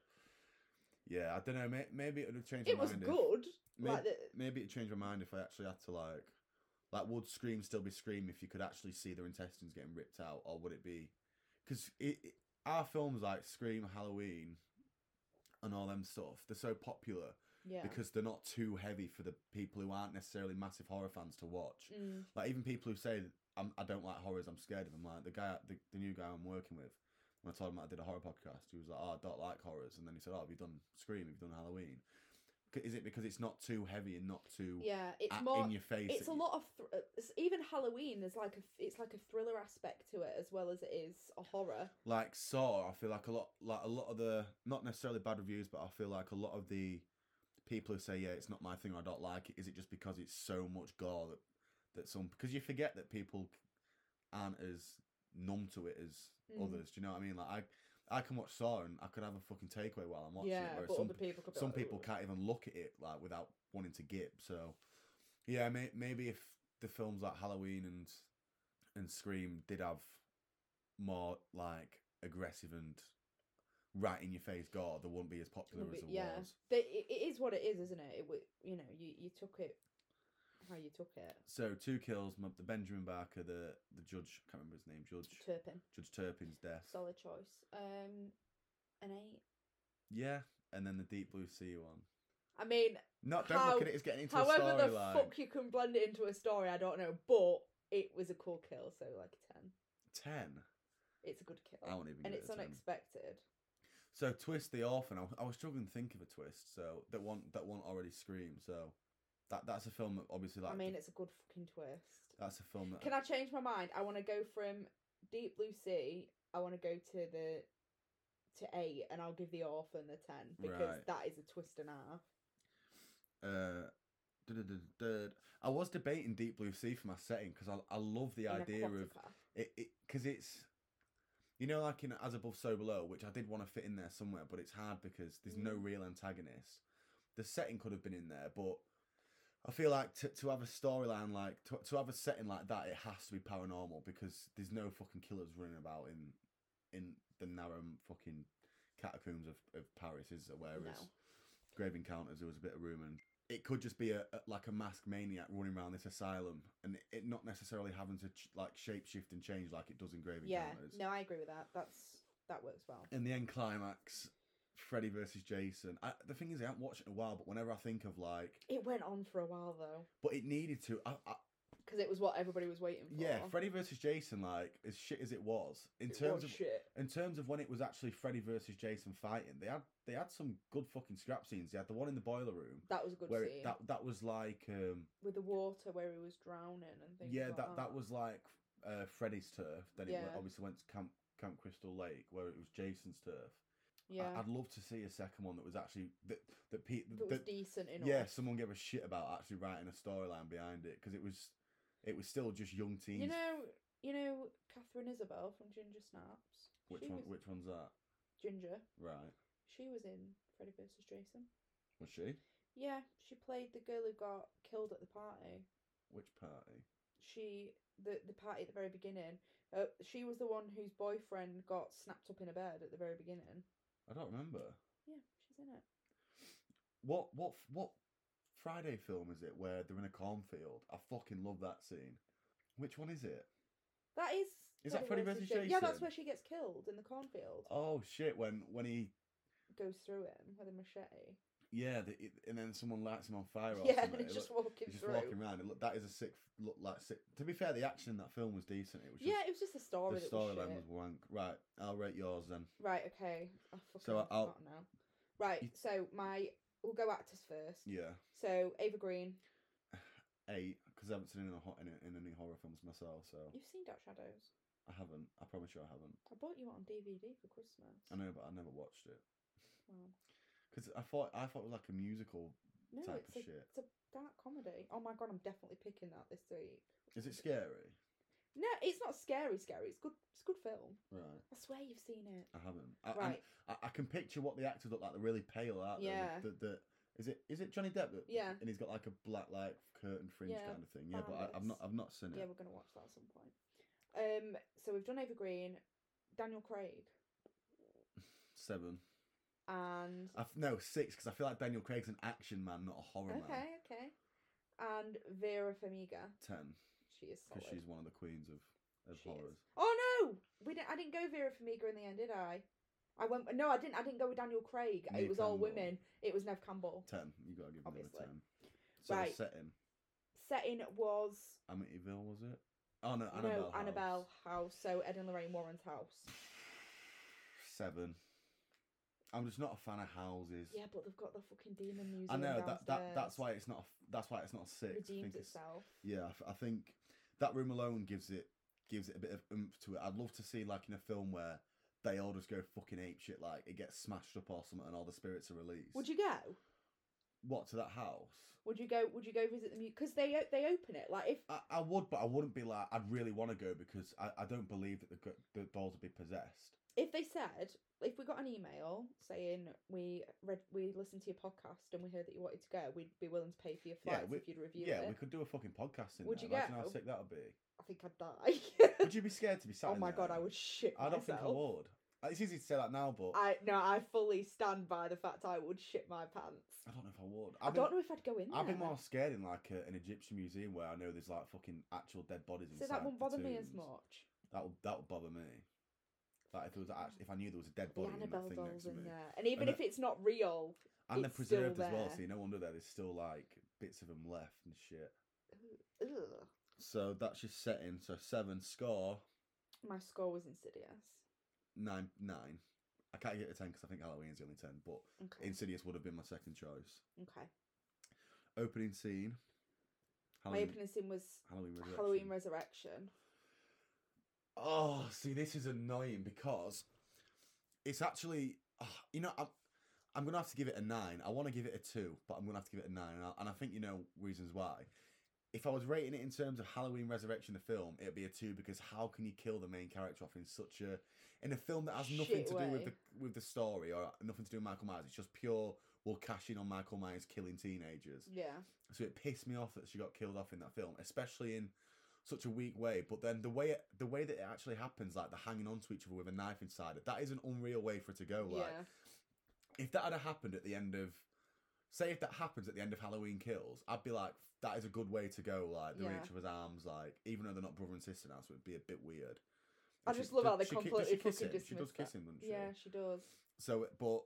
[SPEAKER 2] Yeah, I don't know. May, maybe it would have changed.
[SPEAKER 1] it
[SPEAKER 2] my
[SPEAKER 1] was
[SPEAKER 2] mind if-
[SPEAKER 1] good.
[SPEAKER 2] may-
[SPEAKER 1] Like the,
[SPEAKER 2] maybe it changed my mind if I actually had to like, like would Scream still be Scream if you could actually see their intestines getting ripped out, or would it be? Because it, it- our films like Scream, Halloween, and all them stuff, they're so popular
[SPEAKER 1] yeah.
[SPEAKER 2] because they're not too heavy for the people who aren't necessarily massive horror fans to watch.
[SPEAKER 1] Mm.
[SPEAKER 2] Like even people who say I'm, I don't like horrors, I'm scared of them. Like the guy, the, the new guy I'm working with. When I told him I did a horror podcast, he was like, "Oh, I don't like horrors," and then he said, "Oh, have you done Scream? Have you done Halloween?" C- Is it because it's not too heavy and not too
[SPEAKER 1] Yeah, it's
[SPEAKER 2] a-
[SPEAKER 1] more.
[SPEAKER 2] in your face?
[SPEAKER 1] It's
[SPEAKER 2] that
[SPEAKER 1] a
[SPEAKER 2] you-
[SPEAKER 1] lot of thr- uh, it's even Halloween. There's like a it's like a thriller aspect to it as well as it is a horror.
[SPEAKER 2] like Saw. I feel like a lot, like a lot of the not necessarily bad reviews, but I feel like a lot of the people who say, "Yeah, it's not my thing," or I don't like it. Is it just because it's so much gore that that some because you forget that people aren't as numb to it as
[SPEAKER 1] Mm.
[SPEAKER 2] others. Do you know what I mean? Like I, I can watch Saw and I could have a fucking takeaway while I'm watching
[SPEAKER 1] yeah,
[SPEAKER 2] it. Whereas
[SPEAKER 1] but
[SPEAKER 2] some,
[SPEAKER 1] other people could be
[SPEAKER 2] some
[SPEAKER 1] like,
[SPEAKER 2] people
[SPEAKER 1] "Ugh."
[SPEAKER 2] can't even look at it like without wanting to gip. So yeah, may, maybe if the films like Halloween and and Scream did have more like aggressive and right in your face gore, they wouldn't be as popular
[SPEAKER 1] Would be-
[SPEAKER 2] as it
[SPEAKER 1] yeah.
[SPEAKER 2] was.
[SPEAKER 1] They, it, it is what it is, isn't it? It wa- you know you you took it how you took it.
[SPEAKER 2] So two kills, my- the Benjamin Barker, the the judge, I can't remember his name, Judge
[SPEAKER 1] Turpin,
[SPEAKER 2] Judge Turpin's death.
[SPEAKER 1] solid choice. Um, an eight.
[SPEAKER 2] Yeah, and then the Deep Blue Sea one.
[SPEAKER 1] I mean,
[SPEAKER 2] Not don't
[SPEAKER 1] How-
[SPEAKER 2] look at it as getting into a
[SPEAKER 1] however the
[SPEAKER 2] storyline.
[SPEAKER 1] fuck you can blend it into a story, I don't know. But it was a cool kill, so like a ten.
[SPEAKER 2] Ten.
[SPEAKER 1] It's a good kill.
[SPEAKER 2] I won't even.
[SPEAKER 1] and
[SPEAKER 2] give it
[SPEAKER 1] it's
[SPEAKER 2] a 10.
[SPEAKER 1] unexpected.
[SPEAKER 2] So twist the orphan. I was, I was struggling to think of a twist. So that one that one already screamed. So that that's a film that obviously like
[SPEAKER 1] I mean, it's a good fucking twist.
[SPEAKER 2] that's a film that
[SPEAKER 1] Can I change my mind? I want to go from Deep Blue Sea. I want to go to the to eight, and I'll give the orphan a ten because
[SPEAKER 2] Right.
[SPEAKER 1] that is a twist and a half.
[SPEAKER 2] uh, duh-duh-duh-duh. I was debating Deep Blue Sea for my setting because I I love the
[SPEAKER 1] in
[SPEAKER 2] idea of
[SPEAKER 1] Aquatica.
[SPEAKER 2] it because it's you know like in as above so below which i did want to fit in there somewhere but it's hard because there's no
[SPEAKER 1] Mm.
[SPEAKER 2] real antagonist the setting could have been in there but i feel like to, to have a storyline like to, to have a setting like that it has to be paranormal because there's no fucking killers running about in in the narrow fucking catacombs of, of paris is there, whereas
[SPEAKER 1] No.
[SPEAKER 2] grave encounters there was a bit of rumor and it could just be a, a like a masked maniac running around this asylum and it, it not necessarily having to ch- like shapeshift and change like it does in grave
[SPEAKER 1] Yeah,
[SPEAKER 2] encounters
[SPEAKER 1] no, I agree with that. That's that works well.
[SPEAKER 2] in the end climax freddy versus jason I, the thing is i haven't watched it in a while but whenever i think of like
[SPEAKER 1] It went on for a while though,
[SPEAKER 2] but it needed to I, I,
[SPEAKER 1] because it was what everybody was waiting for.
[SPEAKER 2] yeah freddy versus jason like as shit as it was in
[SPEAKER 1] It
[SPEAKER 2] terms
[SPEAKER 1] was
[SPEAKER 2] of
[SPEAKER 1] shit.
[SPEAKER 2] in terms of when it was actually freddy versus jason fighting they had they had some good fucking scrap scenes they had the one in the boiler room
[SPEAKER 1] That was a good
[SPEAKER 2] where
[SPEAKER 1] scene
[SPEAKER 2] it, that that was like um
[SPEAKER 1] with the water where he was drowning and things.
[SPEAKER 2] yeah
[SPEAKER 1] like
[SPEAKER 2] that that was like uh freddy's turf then it went,
[SPEAKER 1] Yeah.
[SPEAKER 2] obviously went to camp camp crystal lake where it was jason's turf
[SPEAKER 1] yeah
[SPEAKER 2] I, would love to see a second one that was actually that that pete
[SPEAKER 1] that was
[SPEAKER 2] that,
[SPEAKER 1] decent enough.
[SPEAKER 2] yeah someone gave a shit about actually writing a storyline behind it because it was it was still just young teens
[SPEAKER 1] you know, you know, Catherine Isabel from Ginger Snaps.
[SPEAKER 2] which
[SPEAKER 1] she
[SPEAKER 2] one
[SPEAKER 1] was-
[SPEAKER 2] which one's that
[SPEAKER 1] Ginger.
[SPEAKER 2] right
[SPEAKER 1] She was in Freddy vs. Jason.
[SPEAKER 2] was she
[SPEAKER 1] Yeah, she played the girl who got killed at the party.
[SPEAKER 2] which party
[SPEAKER 1] She the the party at the very beginning. Uh, she was the one whose boyfriend got snapped up in a bed at the very beginning.
[SPEAKER 2] i don't remember
[SPEAKER 1] Yeah, she's in it.
[SPEAKER 2] what what what friday film is it where they're in a cornfield i fucking love that scene which one is it
[SPEAKER 1] That is.
[SPEAKER 2] Is that Freddy
[SPEAKER 1] versus
[SPEAKER 2] versus
[SPEAKER 1] Ja- Yeah, that's
[SPEAKER 2] Jason?
[SPEAKER 1] where she gets killed in the cornfield.
[SPEAKER 2] oh shit when when he
[SPEAKER 1] Goes through him with a machete.
[SPEAKER 2] Yeah, the, it, and then someone lights him on fire.
[SPEAKER 1] <laughs>
[SPEAKER 2] Or
[SPEAKER 1] yeah, and
[SPEAKER 2] something.
[SPEAKER 1] it's
[SPEAKER 2] It
[SPEAKER 1] just
[SPEAKER 2] look-
[SPEAKER 1] walking
[SPEAKER 2] he's just
[SPEAKER 1] through.
[SPEAKER 2] walking around. It look, that is a sick look. Like sick. To be fair, the action in that film was decent. It was just,
[SPEAKER 1] yeah, it was just a story. that was shit.
[SPEAKER 2] the storyline was wank. Right, I'll rate yours then.
[SPEAKER 1] Right, okay. I fucking
[SPEAKER 2] So,
[SPEAKER 1] so
[SPEAKER 2] I'll-
[SPEAKER 1] now. Right,
[SPEAKER 2] You-
[SPEAKER 1] so my we'll go actors first.
[SPEAKER 2] Yeah,
[SPEAKER 1] So Ava Green,
[SPEAKER 2] eight because I haven't seen any ho- in, in any horror films myself, so
[SPEAKER 1] you've seen Dark Shadows.
[SPEAKER 2] I haven't. I promise you, I haven't.
[SPEAKER 1] I bought you it on DVD for Christmas.
[SPEAKER 2] I know, but I never watched it
[SPEAKER 1] Wow.
[SPEAKER 2] because I thought I thought it was like a musical.
[SPEAKER 1] No,
[SPEAKER 2] Type
[SPEAKER 1] it's
[SPEAKER 2] of
[SPEAKER 1] a
[SPEAKER 2] shit.
[SPEAKER 1] it's a dark comedy. Oh my god, I'm definitely picking that this week.
[SPEAKER 2] Is it scary?
[SPEAKER 1] No, it's not scary. Scary. It's good. It's a good film.
[SPEAKER 2] Right,
[SPEAKER 1] I swear you've seen it.
[SPEAKER 2] I haven't. I, and <laughs>
[SPEAKER 1] right.
[SPEAKER 2] I, I can picture what the actors look like. They're really pale, aren't they?
[SPEAKER 1] Yeah.
[SPEAKER 2] The, the, is it is it Johnny Depp? That,
[SPEAKER 1] Yeah.
[SPEAKER 2] And he's got like a black like curtain fringe
[SPEAKER 1] Yeah,
[SPEAKER 2] kind of thing. Yeah, but I, I've
[SPEAKER 1] Barnabas.
[SPEAKER 2] not I've not seen it.
[SPEAKER 1] yeah, we're gonna watch that at some point. Um. So we've done Ava Green, Daniel Craig,
[SPEAKER 2] Seven.
[SPEAKER 1] and
[SPEAKER 2] I f no six because I feel like Daniel Craig's an action man, not a horror man.
[SPEAKER 1] okay, okay, and Vera Farmiga.
[SPEAKER 2] Ten
[SPEAKER 1] She is solid.
[SPEAKER 2] because she's one of the queens of of
[SPEAKER 1] She is.
[SPEAKER 2] horrors.
[SPEAKER 1] Oh no, we didn't. I didn't go Vera Farmiga in the end, did I? I went. No, I didn't. I didn't go with Daniel Craig.
[SPEAKER 2] Neve
[SPEAKER 1] it was all
[SPEAKER 2] Campbell.
[SPEAKER 1] women. It was Nev Campbell.
[SPEAKER 2] Ten. You gotta give them a
[SPEAKER 1] Obviously.
[SPEAKER 2] ten. So
[SPEAKER 1] Right.
[SPEAKER 2] the setting.
[SPEAKER 1] Setting was
[SPEAKER 2] Amityville was it? Oh no, Annabelle.
[SPEAKER 1] no
[SPEAKER 2] House.
[SPEAKER 1] Annabelle House. So Ed and Lorraine Warren's house.
[SPEAKER 2] Seven. I'm just not a fan of houses.
[SPEAKER 1] Yeah, but they've got the fucking demon music.
[SPEAKER 2] I know that, that that's why it's not a f- that's why it's not a six. I
[SPEAKER 1] redeems
[SPEAKER 2] think it's-
[SPEAKER 1] itself.
[SPEAKER 2] Yeah, I, th- I think that room alone gives it gives it a bit of oomph to it. I'd love to see like in a film where they all just go fucking ape shit, like it gets smashed up or something, and all the spirits are released.
[SPEAKER 1] Would you go?
[SPEAKER 2] what to that house?
[SPEAKER 1] Would you go? Would you go visit the music? Because they o- they open it like if
[SPEAKER 2] I, I would, but I wouldn't be like I'd really want to go because I, I don't believe that the go- the dolls would be possessed.
[SPEAKER 1] if they said if we got an email saying we read we listened to your podcast and we heard that you wanted to go, we'd be willing to pay for your
[SPEAKER 2] Yeah,
[SPEAKER 1] flights
[SPEAKER 2] we-
[SPEAKER 1] if you'd review
[SPEAKER 2] yeah,
[SPEAKER 1] it.
[SPEAKER 2] we could do a fucking podcast in
[SPEAKER 1] Would
[SPEAKER 2] there.
[SPEAKER 1] you
[SPEAKER 2] Imagine how
[SPEAKER 1] go?
[SPEAKER 2] sick that
[SPEAKER 1] <laughs>
[SPEAKER 2] would be.
[SPEAKER 1] I think I'd die.
[SPEAKER 2] <laughs> Would you be scared to be sat?
[SPEAKER 1] oh
[SPEAKER 2] in
[SPEAKER 1] my
[SPEAKER 2] there?
[SPEAKER 1] god, I would shit.
[SPEAKER 2] I don't think I
[SPEAKER 1] myself.
[SPEAKER 2] would. It's easy to say that now, but I,
[SPEAKER 1] I no, I fully stand by the fact I would shit my pants.
[SPEAKER 2] don't know if I would.
[SPEAKER 1] I
[SPEAKER 2] I've been-
[SPEAKER 1] don't know if I'd go in there.
[SPEAKER 2] I'd be more scared in like a, an Egyptian museum where I know there's like fucking actual dead bodies.
[SPEAKER 1] so
[SPEAKER 2] inside
[SPEAKER 1] that wouldn't
[SPEAKER 2] the
[SPEAKER 1] bother me as
[SPEAKER 2] tombs.
[SPEAKER 1] much.
[SPEAKER 2] That would that would bother me. Like if it was actually, if I knew there was a dead
[SPEAKER 1] The
[SPEAKER 2] body in
[SPEAKER 1] Annabelle
[SPEAKER 2] that thing next
[SPEAKER 1] dolls
[SPEAKER 2] to
[SPEAKER 1] in
[SPEAKER 2] me,
[SPEAKER 1] there, and even
[SPEAKER 2] And
[SPEAKER 1] if it's not real,
[SPEAKER 2] and they're
[SPEAKER 1] It's still
[SPEAKER 2] preserved as well,
[SPEAKER 1] there.
[SPEAKER 2] so you no wonder there. There's still like bits of them left and shit.
[SPEAKER 1] ugh.
[SPEAKER 2] So that's your setting. So seven score
[SPEAKER 1] My score was Insidious.
[SPEAKER 2] Nine, nine. I can't get a ten because I think Halloween is the only ten. But
[SPEAKER 1] Okay.
[SPEAKER 2] Insidious would have been my second choice.
[SPEAKER 1] okay.
[SPEAKER 2] Opening scene.
[SPEAKER 1] My
[SPEAKER 2] Halloween.
[SPEAKER 1] opening scene was
[SPEAKER 2] Halloween. Resurrection.
[SPEAKER 1] Halloween Resurrection.
[SPEAKER 2] Oh, see, this is annoying because it's actually, ah, you know, I'm, I'm gonna have to give it a nine. I want to give it a two, but I'm gonna have to give it a nine, and I, and I think you know reasons why. If I was rating it in terms of Halloween Resurrection, the film, it'd be a two because how can you kill the main character off in such a in a film that has nothing
[SPEAKER 1] Shit
[SPEAKER 2] to do with
[SPEAKER 1] way.
[SPEAKER 2] the with the story or nothing to do with Michael Myers? It's just pure. We'll cash in on Michael Myers killing teenagers.
[SPEAKER 1] Yeah.
[SPEAKER 2] So it pissed me off that she got killed off in that film, especially in such a weak way. But then the way it, the way that it actually happens, like the hanging on to each other with a knife inside it, that is an unreal way for it to go. Like
[SPEAKER 1] yeah.
[SPEAKER 2] if that had happened at the end of, say, if that happens at the end of Halloween Kills, I'd be like, that is a good way to go. Like they're in
[SPEAKER 1] Yeah.
[SPEAKER 2] each other's arms, like even though they're not brother and sister now, so it'd be a bit weird.
[SPEAKER 1] I
[SPEAKER 2] And she-
[SPEAKER 1] just love
[SPEAKER 2] does-
[SPEAKER 1] how they
[SPEAKER 2] she ki- does
[SPEAKER 1] completely
[SPEAKER 2] she kiss
[SPEAKER 1] fucking
[SPEAKER 2] him? She does
[SPEAKER 1] dismissed
[SPEAKER 2] kiss
[SPEAKER 1] that.
[SPEAKER 2] him, doesn't she?
[SPEAKER 1] Yeah, she does.
[SPEAKER 2] So, but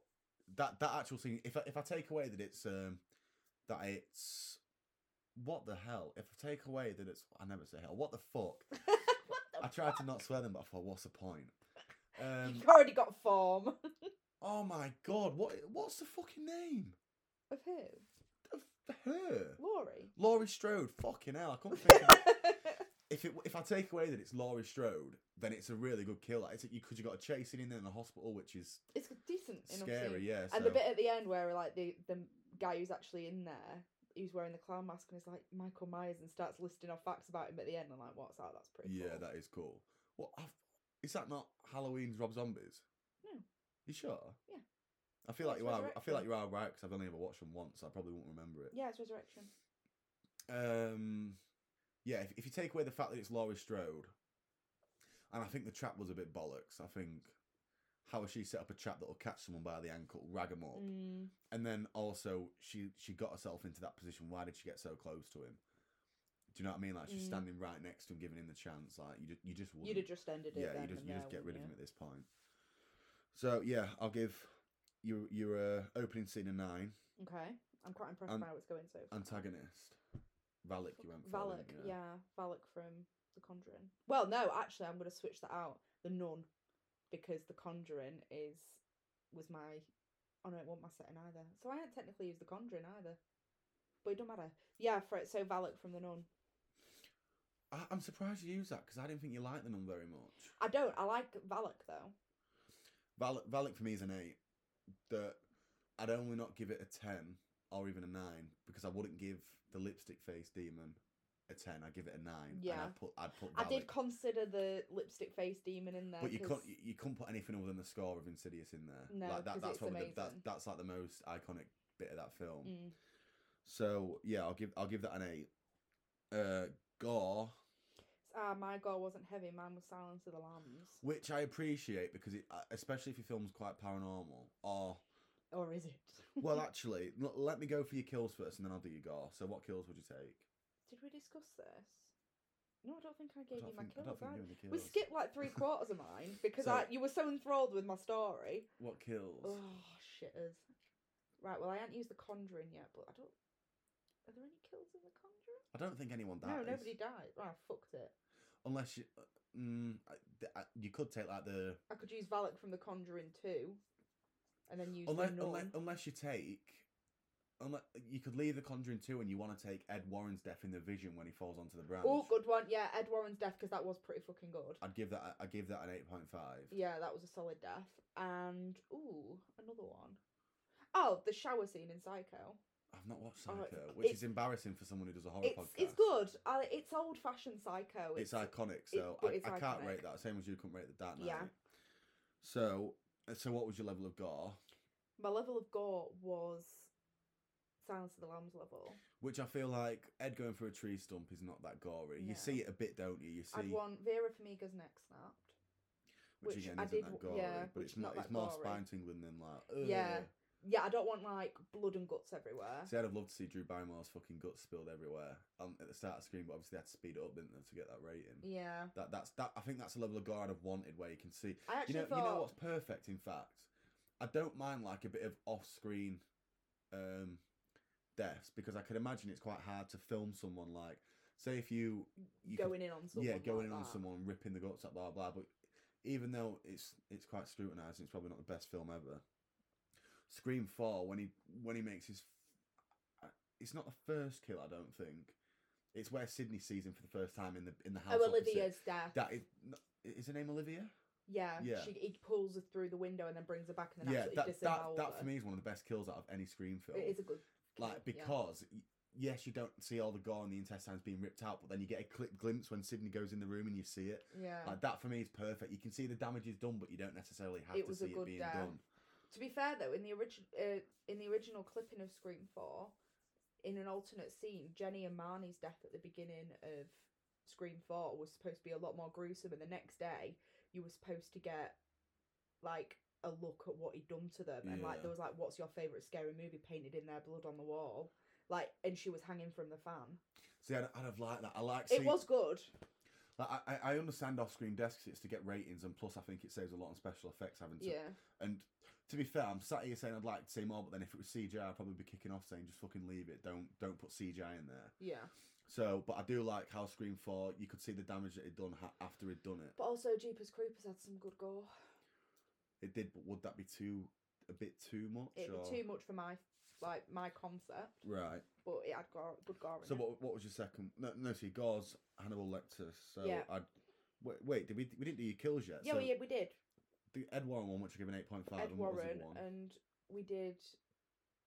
[SPEAKER 2] that that actual scene, if I, if I take away that it's um that it's what the hell? If I take away that it's I never say hell. What the fuck?
[SPEAKER 1] <laughs> what the
[SPEAKER 2] I tried to not swear them, but I thought, what's the point? Um,
[SPEAKER 1] You've already got
[SPEAKER 2] <laughs>
[SPEAKER 1] form.
[SPEAKER 2] oh my god, what what's the fucking name
[SPEAKER 1] Of who?
[SPEAKER 2] of her? <laughs>
[SPEAKER 1] Laurie.
[SPEAKER 2] Laurie Strode. Fucking hell, I couldn't think. Of
[SPEAKER 1] <laughs>
[SPEAKER 2] if it if I take away that it's Laurie Strode, then it's a really good kill. Like, it's you because you got a chase scene in there in the hospital, which is
[SPEAKER 1] it's decent enough.
[SPEAKER 2] scary.
[SPEAKER 1] scene.
[SPEAKER 2] Yeah,
[SPEAKER 1] And
[SPEAKER 2] so-
[SPEAKER 1] the bit at the end where like the the guy who's actually in there, who's wearing the clown mask and is like Michael Myers and starts listing off facts about him at the end. I'm like, what's that? That's pretty.
[SPEAKER 2] Yeah,
[SPEAKER 1] cool.
[SPEAKER 2] that is cool. What I've, is that not Halloween's Rob Zombies?
[SPEAKER 1] No.
[SPEAKER 2] You sure?
[SPEAKER 1] Yeah.
[SPEAKER 2] I feel
[SPEAKER 1] Yeah,
[SPEAKER 2] like
[SPEAKER 1] it's
[SPEAKER 2] you are. I feel like
[SPEAKER 1] Resurrection.
[SPEAKER 2] you are right because I've only ever watched them once. I probably won't remember it.
[SPEAKER 1] Yeah, it's resurrection.
[SPEAKER 2] Um, yeah. If, if you take away the fact that it's Laurie Strode, and I think the trap was a bit bollocks. I think how has she set up a trap that will catch someone by the ankle, rag them up,
[SPEAKER 1] Mm,
[SPEAKER 2] and then also she she got herself into that position. Why did she get so close to him? Do you know what I mean? Like she's
[SPEAKER 1] Mm.
[SPEAKER 2] standing right next to him, giving him the chance. Like you, ju- you just wouldn't.
[SPEAKER 1] you'd have just ended it.
[SPEAKER 2] Yeah,
[SPEAKER 1] then
[SPEAKER 2] you just
[SPEAKER 1] and
[SPEAKER 2] you
[SPEAKER 1] there,
[SPEAKER 2] just get rid
[SPEAKER 1] wouldn't
[SPEAKER 2] of him at this point. So yeah, I'll give your your uh, opening scene a nine.
[SPEAKER 1] you? Okay, I'm quite impressed
[SPEAKER 2] And-
[SPEAKER 1] by how it's going so. far.
[SPEAKER 2] Antagonist, Valak, you went for.
[SPEAKER 1] Valak,
[SPEAKER 2] didn't you?
[SPEAKER 1] yeah. Valak from The Conjuring. Well, no, actually, I'm going to switch that out. The Nun, because The Conjuring is was my. Oh no, it wasn't my setting either. So I hadn't technically used The Conjuring either, but it don't matter. Yeah, for it. So Valak from The Nun.
[SPEAKER 2] I, I'm surprised you use that because I didn't think you liked the nun very much.
[SPEAKER 1] I don't. I like Valak though.
[SPEAKER 2] Valak, Valak for me is an eight. That I'd only not give it a ten or even a nine because I wouldn't give the lipstick face demon a ten. I give it a nine. and
[SPEAKER 1] Yeah.
[SPEAKER 2] I'd put I'd put.
[SPEAKER 1] I did
[SPEAKER 2] Valak.
[SPEAKER 1] consider the lipstick face demon in there.
[SPEAKER 2] But you
[SPEAKER 1] 'cause-
[SPEAKER 2] can't you, you couldn't put anything other than the score of Insidious in there.
[SPEAKER 1] No,
[SPEAKER 2] like
[SPEAKER 1] 'cause
[SPEAKER 2] that, that's
[SPEAKER 1] it's
[SPEAKER 2] probably the, that's
[SPEAKER 1] amazing.
[SPEAKER 2] that's like the most iconic bit of that film.
[SPEAKER 1] Mm.
[SPEAKER 2] So yeah, I'll give I'll give that an eight. Uh, gore,
[SPEAKER 1] Ah, my goal wasn't heavy. Mine was Silence of the Lambs.
[SPEAKER 2] which I appreciate because it, uh, especially if your film's quite paranormal. Or
[SPEAKER 1] Or is it? <laughs>
[SPEAKER 2] well, actually, l- let me go for your kills first, and then I'll do your gore. So what kills would you take?
[SPEAKER 1] Did we discuss this? No, I don't think I
[SPEAKER 2] I
[SPEAKER 1] gave
[SPEAKER 2] don't
[SPEAKER 1] you my
[SPEAKER 2] think, I
[SPEAKER 1] kills.
[SPEAKER 2] don't think
[SPEAKER 1] either.
[SPEAKER 2] you any
[SPEAKER 1] We
[SPEAKER 2] kills.
[SPEAKER 1] skipped like three quarters of mine because
[SPEAKER 2] <laughs> So-
[SPEAKER 1] I, you were so enthralled with my story.
[SPEAKER 2] What kills?
[SPEAKER 1] Oh shitters! Right, well I haven't used the Conjuring yet, but I don't. Are there any kills in the Conjuring?
[SPEAKER 2] I don't think anyone dies.
[SPEAKER 1] no, nobody died. Oh, I fucked it.
[SPEAKER 2] Unless you, mm, I, th- I, you could take like the
[SPEAKER 1] I could use Valak from the Conjuring too, and then use
[SPEAKER 2] unless,
[SPEAKER 1] the
[SPEAKER 2] unless, oh,
[SPEAKER 1] nun.
[SPEAKER 2] unless you take unless, you could leave the conjuring 2 and you want to take ed warren's death in the vision when he falls onto the branch
[SPEAKER 1] Oh, good one. Yeah, Ed Warren's death because that was pretty fucking good.
[SPEAKER 2] i'd give that i'd give that an 8.5
[SPEAKER 1] Yeah, that was a solid death. And ooh, another one. Oh, the shower scene in Psycho.
[SPEAKER 2] i've not watched
[SPEAKER 1] Oh,
[SPEAKER 2] psycho
[SPEAKER 1] it's-
[SPEAKER 2] which
[SPEAKER 1] it's-
[SPEAKER 2] is embarrassing for someone who does a horror
[SPEAKER 1] It's
[SPEAKER 2] podcast
[SPEAKER 1] it's good. I, it's old fashioned Psycho.
[SPEAKER 2] it's iconic so
[SPEAKER 1] but
[SPEAKER 2] I,
[SPEAKER 1] it's
[SPEAKER 2] I can't
[SPEAKER 1] iconic.
[SPEAKER 2] rate that same as you couldn't rate the dark knight
[SPEAKER 1] Yeah.
[SPEAKER 2] so uh, so what was your level of gore
[SPEAKER 1] my level of gore was Silence of the Lambs level.
[SPEAKER 2] which i feel like ed going through a tree stump is not that gory
[SPEAKER 1] Yeah.
[SPEAKER 2] you see it a bit don't you you see
[SPEAKER 1] I'd want Vera Farmiga's neck snapped.
[SPEAKER 2] which,
[SPEAKER 1] which
[SPEAKER 2] again
[SPEAKER 1] I
[SPEAKER 2] isn't
[SPEAKER 1] did
[SPEAKER 2] that
[SPEAKER 1] w-
[SPEAKER 2] gory
[SPEAKER 1] yeah,
[SPEAKER 2] but
[SPEAKER 1] which
[SPEAKER 2] it's
[SPEAKER 1] is not
[SPEAKER 2] not
[SPEAKER 1] that
[SPEAKER 2] it's more
[SPEAKER 1] gory.
[SPEAKER 2] spine tingling than like
[SPEAKER 1] Yeah.
[SPEAKER 2] ugh.
[SPEAKER 1] Yeah, I don't want like blood and guts everywhere.
[SPEAKER 2] See, I'd have loved to see Drew Barrymore's fucking guts spilled everywhere um, at the start of Scream, but obviously they had to speed it up, didn't they, to get that rating.
[SPEAKER 1] Yeah,
[SPEAKER 2] That that's that. I think that's a level of gore I'd have wanted, where you can see.
[SPEAKER 1] I actually
[SPEAKER 2] you know,
[SPEAKER 1] thought
[SPEAKER 2] you know what's perfect. In fact, I don't mind like a bit of off-screen um, deaths because I can imagine it's quite hard to film someone like, say, if you, you could-
[SPEAKER 1] going in on someone.
[SPEAKER 2] yeah, going
[SPEAKER 1] like
[SPEAKER 2] in on
[SPEAKER 1] that. Ah.
[SPEAKER 2] someone, ripping the guts up, blah blah. But even though it's it's quite scrutinized, it's probably not the best film ever. Scream Four, when he when he makes his, f- uh, it's not the first kill, I don't think. It's where Sydney sees him for the first time in the in the house.
[SPEAKER 1] Oh,
[SPEAKER 2] opposite.
[SPEAKER 1] Olivia's death.
[SPEAKER 2] That is, is her name Olivia?
[SPEAKER 1] yeah,
[SPEAKER 2] yeah.
[SPEAKER 1] She, he pulls her through the window and then brings her back and then
[SPEAKER 2] yeah,
[SPEAKER 1] absolutely
[SPEAKER 2] that, that
[SPEAKER 1] disembowels
[SPEAKER 2] that for
[SPEAKER 1] her.
[SPEAKER 2] me is one of the best kills out of any Scream film.
[SPEAKER 1] uh, It is a good. kill,
[SPEAKER 2] like
[SPEAKER 1] yeah.
[SPEAKER 2] because y yes, you don't see all the gore and the intestines being ripped out, but then you get a clip glimpse when Sydney goes in the room and you see it.
[SPEAKER 1] Yeah.
[SPEAKER 2] Like that for me is perfect. You can see the damage is done, but you don't necessarily have
[SPEAKER 1] It
[SPEAKER 2] to
[SPEAKER 1] was a
[SPEAKER 2] see
[SPEAKER 1] good
[SPEAKER 2] it being
[SPEAKER 1] death.
[SPEAKER 2] done.
[SPEAKER 1] To be fair though, in the original uh, in the original clipping of Scream Four, in an alternate scene, Jenny and Marnie's death at the beginning of Scream Four was supposed to be a lot more gruesome, and the next day you were supposed to get like a look at what he'd done to them, and like
[SPEAKER 2] Yeah.
[SPEAKER 1] there was like, "What's your favorite scary movie?" painted in their blood on the wall, like, and she was hanging from the fan.
[SPEAKER 2] See, I'd, I'd have liked that. I like.
[SPEAKER 1] it
[SPEAKER 2] seeing-
[SPEAKER 1] was good.
[SPEAKER 2] Like, I- I, I understand off-screen desks it's to get ratings, and plus I think it saves a lot on special effects having to.
[SPEAKER 1] Yeah,
[SPEAKER 2] And to be fair, I'm sat here saying I'd like to see more, but then if it was CGI, I'd probably be kicking off saying just fucking leave it. Don't don't put CGI in there.
[SPEAKER 1] yeah.
[SPEAKER 2] So, but I do like how Scream Four. You could see the damage that he'd done ha- after he'd done it.
[SPEAKER 1] But also, Jeepers Creepers had some good gore.
[SPEAKER 2] It did, but would that be too a bit too much?
[SPEAKER 1] It'd
[SPEAKER 2] or-
[SPEAKER 1] be too much for my like my concept,
[SPEAKER 2] Right.
[SPEAKER 1] but it had gore, good gore. In
[SPEAKER 2] So
[SPEAKER 1] it.
[SPEAKER 2] what what was your second? No, no. See, Gauze, Hannibal Lecter. So
[SPEAKER 1] Yeah.
[SPEAKER 2] I'd. Wait, wait, did we we didn't do your kills yet?
[SPEAKER 1] Yeah,
[SPEAKER 2] so
[SPEAKER 1] we, yeah, we did.
[SPEAKER 2] The Ed Warren one, which I gave an eight point five.
[SPEAKER 1] Ed
[SPEAKER 2] and what was
[SPEAKER 1] Warren uh,
[SPEAKER 2] the one?
[SPEAKER 1] and we did.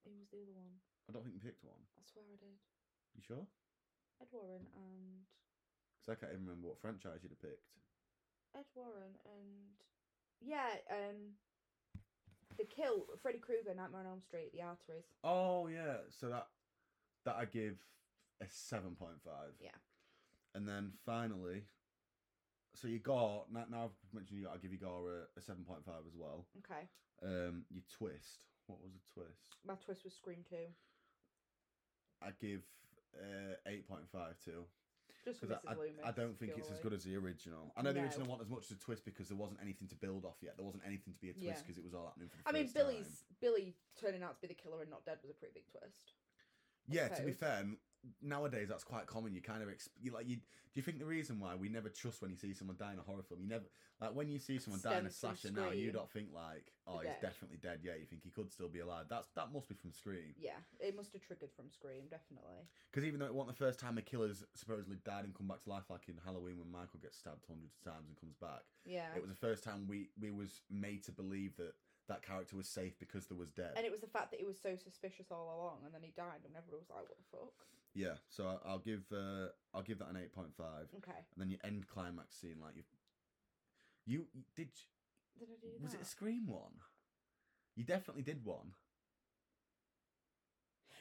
[SPEAKER 1] Who was the other one?
[SPEAKER 2] I don't think you picked one.
[SPEAKER 1] I swear I did.
[SPEAKER 2] You sure?
[SPEAKER 1] Ed Warren and
[SPEAKER 2] Because I can't even remember what franchise you'd have picked.
[SPEAKER 1] Ed Warren and yeah, um, the kill Freddy Krueger, Nightmare on Elm Street, the arteries.
[SPEAKER 2] Oh yeah, so that that I give a seven point five.
[SPEAKER 1] Yeah.
[SPEAKER 2] And then finally, so you got now, now I've mentioned you. I'll give you Gore a, a seven point five as well.
[SPEAKER 1] Okay,
[SPEAKER 2] Um, you twist. What was the twist?
[SPEAKER 1] my twist was Scream Two.
[SPEAKER 2] I give uh, eight point five too.
[SPEAKER 1] Just for
[SPEAKER 2] Because
[SPEAKER 1] Mrs.
[SPEAKER 2] I,
[SPEAKER 1] Loomis.
[SPEAKER 2] I, I don't think it's as
[SPEAKER 1] purely.
[SPEAKER 2] good as the original. I know the
[SPEAKER 1] No.
[SPEAKER 2] original wasn't as much as a twist because there wasn't anything to build off yet. There wasn't anything to be a twist
[SPEAKER 1] Yeah.
[SPEAKER 2] because it was all happening for the
[SPEAKER 1] I mean,
[SPEAKER 2] first time.
[SPEAKER 1] Billy's Billy turning out to be the killer and not dead was a pretty big twist.
[SPEAKER 2] Yeah, to be
[SPEAKER 1] suppose.
[SPEAKER 2] fair, n- nowadays that's quite common. You kind of exp- you like you. Do you think the reason why we never trust when you see someone die in a horror film? You never like when you see someone die in a
[SPEAKER 1] Stems from
[SPEAKER 2] slasher now. You
[SPEAKER 1] Scream.
[SPEAKER 2] don't think like, oh, he's
[SPEAKER 1] dead.
[SPEAKER 2] definitely dead. Yeah, you think he could still be alive. That's that must be from Scream.
[SPEAKER 1] Yeah, it must have triggered from Scream, definitely.
[SPEAKER 2] Because even though it wasn't the first time a killer's supposedly died and come back to life, like in Halloween when Michael gets stabbed hundreds of times and comes back,
[SPEAKER 1] Yeah.
[SPEAKER 2] it was the first time we we was made to believe that that character was safe because there was dead.
[SPEAKER 1] and it was the fact that he was so suspicious all along, and then he died, and everyone was like, "What the fuck?"
[SPEAKER 2] yeah, so I, I'll give uh, I'll give that an eight point five.
[SPEAKER 1] Okay.
[SPEAKER 2] and then your end climax scene, like you, you you- did. you-
[SPEAKER 1] Did I do
[SPEAKER 2] Was
[SPEAKER 1] that?
[SPEAKER 2] it a scream one? You definitely did one.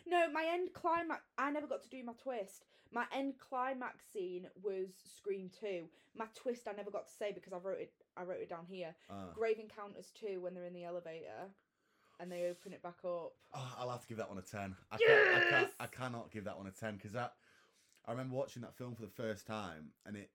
[SPEAKER 1] no, my end climax. I never got to do my twist. My end climax scene was Scream Two. My twist, I never got to say because I wrote it. I wrote it down here.
[SPEAKER 2] Ah.
[SPEAKER 1] Grave Encounters Two, when they're in the elevator, and they open it back up.
[SPEAKER 2] Ah, I'll have to give that one a ten. I, can't, I, can't,
[SPEAKER 1] Yes!
[SPEAKER 2] I cannot give that one a ten because that. I remember watching that film for the first time, and it.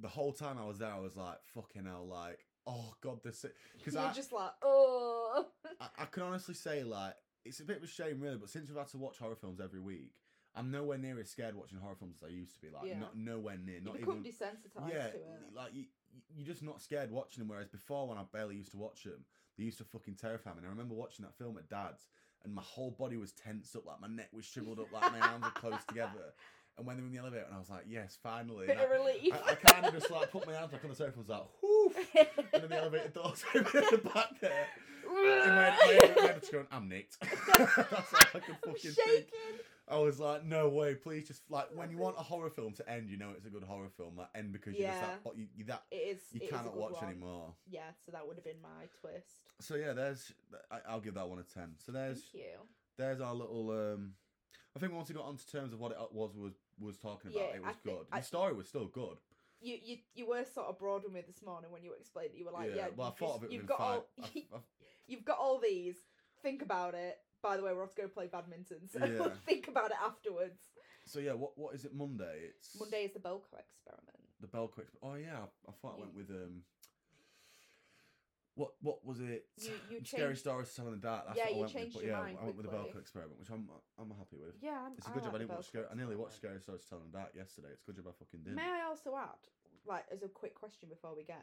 [SPEAKER 2] The whole time I was there, I was like, "Fucking hell!" Like, oh god, this. Because
[SPEAKER 1] You're
[SPEAKER 2] I,
[SPEAKER 1] just like, oh.
[SPEAKER 2] <laughs> I, I can honestly say, like, it's a bit of a shame, really, but since we've had to watch horror films every week, I'm nowhere near as scared watching horror films as I used to be. Like,
[SPEAKER 1] Yeah.
[SPEAKER 2] not nowhere near.
[SPEAKER 1] You
[SPEAKER 2] Not
[SPEAKER 1] become
[SPEAKER 2] even.
[SPEAKER 1] desensitized
[SPEAKER 2] yeah,
[SPEAKER 1] to it.
[SPEAKER 2] like you, you- you're just not scared watching them. Whereas before, when I barely used to watch them, they used to fucking terrify me. And I remember watching that film at Dad's, and my whole body was tensed up, like my neck was shriveled up, like my arms were close together. And when they were in the elevator, and I was like, "Yes, finally!"
[SPEAKER 1] Bit of
[SPEAKER 2] And
[SPEAKER 1] relief.
[SPEAKER 2] I, I, I kind of just like put my hands back on the sofa, and was like, "Whoof!" And then the
[SPEAKER 1] <laughs>
[SPEAKER 2] elevator doors <laughs> open at the back there. And my, my, my head was going, "I'm nicked." <laughs> That's all I
[SPEAKER 1] <laughs>
[SPEAKER 2] could
[SPEAKER 1] I'm
[SPEAKER 2] fucking
[SPEAKER 1] shaking.
[SPEAKER 2] think. I was like, no way, please just like when you want a horror film to end, you know it's a good horror film. Like end because you're just
[SPEAKER 1] Yeah.
[SPEAKER 2] that, you, you, that
[SPEAKER 1] It is.
[SPEAKER 2] you
[SPEAKER 1] it is a
[SPEAKER 2] cannot
[SPEAKER 1] good
[SPEAKER 2] watch
[SPEAKER 1] one.
[SPEAKER 2] anymore.
[SPEAKER 1] Yeah, so that would have been my twist.
[SPEAKER 2] So yeah, there's I, I'll give that one a ten. So
[SPEAKER 1] Thank
[SPEAKER 2] there's
[SPEAKER 1] you.
[SPEAKER 2] there's our little. um I think once we got onto terms of what it uh, was was was talking about,
[SPEAKER 1] Yeah,
[SPEAKER 2] it
[SPEAKER 1] I
[SPEAKER 2] was
[SPEAKER 1] thi-
[SPEAKER 2] good.
[SPEAKER 1] I-
[SPEAKER 2] the story was still good.
[SPEAKER 1] You you you were sort of broad with me this morning when you explained that you were like, yeah,
[SPEAKER 2] well, I
[SPEAKER 1] you've
[SPEAKER 2] thought
[SPEAKER 1] just-
[SPEAKER 2] of it
[SPEAKER 1] you've
[SPEAKER 2] within
[SPEAKER 1] got
[SPEAKER 2] five.
[SPEAKER 1] <laughs> all
[SPEAKER 2] I- I-
[SPEAKER 1] you've got all these. Think about it. By the way, we're off to go play badminton, so
[SPEAKER 2] Yeah.
[SPEAKER 1] <laughs> think about it afterwards.
[SPEAKER 2] so yeah, what what is it Monday? It's
[SPEAKER 1] Monday is the Belko experiment.
[SPEAKER 2] The Bell Quick. Oh yeah, I, I thought I
[SPEAKER 1] You-
[SPEAKER 2] went with um. What what was it?
[SPEAKER 1] You you
[SPEAKER 2] <sighs> Scary
[SPEAKER 1] changed.
[SPEAKER 2] stories to tell in the dark. That's
[SPEAKER 1] Yeah,
[SPEAKER 2] what I
[SPEAKER 1] you
[SPEAKER 2] went
[SPEAKER 1] changed
[SPEAKER 2] with. But
[SPEAKER 1] your
[SPEAKER 2] yeah,
[SPEAKER 1] mind
[SPEAKER 2] I went with the
[SPEAKER 1] quickly.
[SPEAKER 2] Belka experiment, which I'm I'm happy with.
[SPEAKER 1] Yeah, I'm,
[SPEAKER 2] It's a good job I
[SPEAKER 1] like
[SPEAKER 2] didn't
[SPEAKER 1] the Belko
[SPEAKER 2] watch Scary. I nearly watched
[SPEAKER 1] experiment.
[SPEAKER 2] Scary Stories to Tell in the Dark yesterday. It's a good job I fucking did.
[SPEAKER 1] May I also add, like, as a quick question before we go,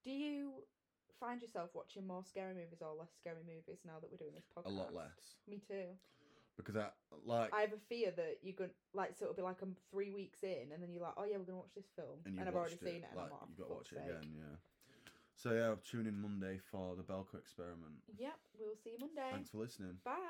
[SPEAKER 1] Do you find yourself watching more scary movies or less scary movies now that we're doing this podcast?
[SPEAKER 2] a lot less
[SPEAKER 1] Me too.
[SPEAKER 2] because I like
[SPEAKER 1] I have a fear that you're going like so it'll be like I'm three weeks in and then you're like, oh yeah, we're gonna watch this film
[SPEAKER 2] and, you
[SPEAKER 1] I've already seen it and
[SPEAKER 2] Like,
[SPEAKER 1] I'm like,
[SPEAKER 2] you
[SPEAKER 1] for
[SPEAKER 2] got to watch
[SPEAKER 1] fuck's sake.
[SPEAKER 2] it again. Yeah. So yeah, tune in Monday for the Belko experiment.
[SPEAKER 1] Yep, we'll see you Monday.
[SPEAKER 2] Thanks for listening.
[SPEAKER 1] Bye.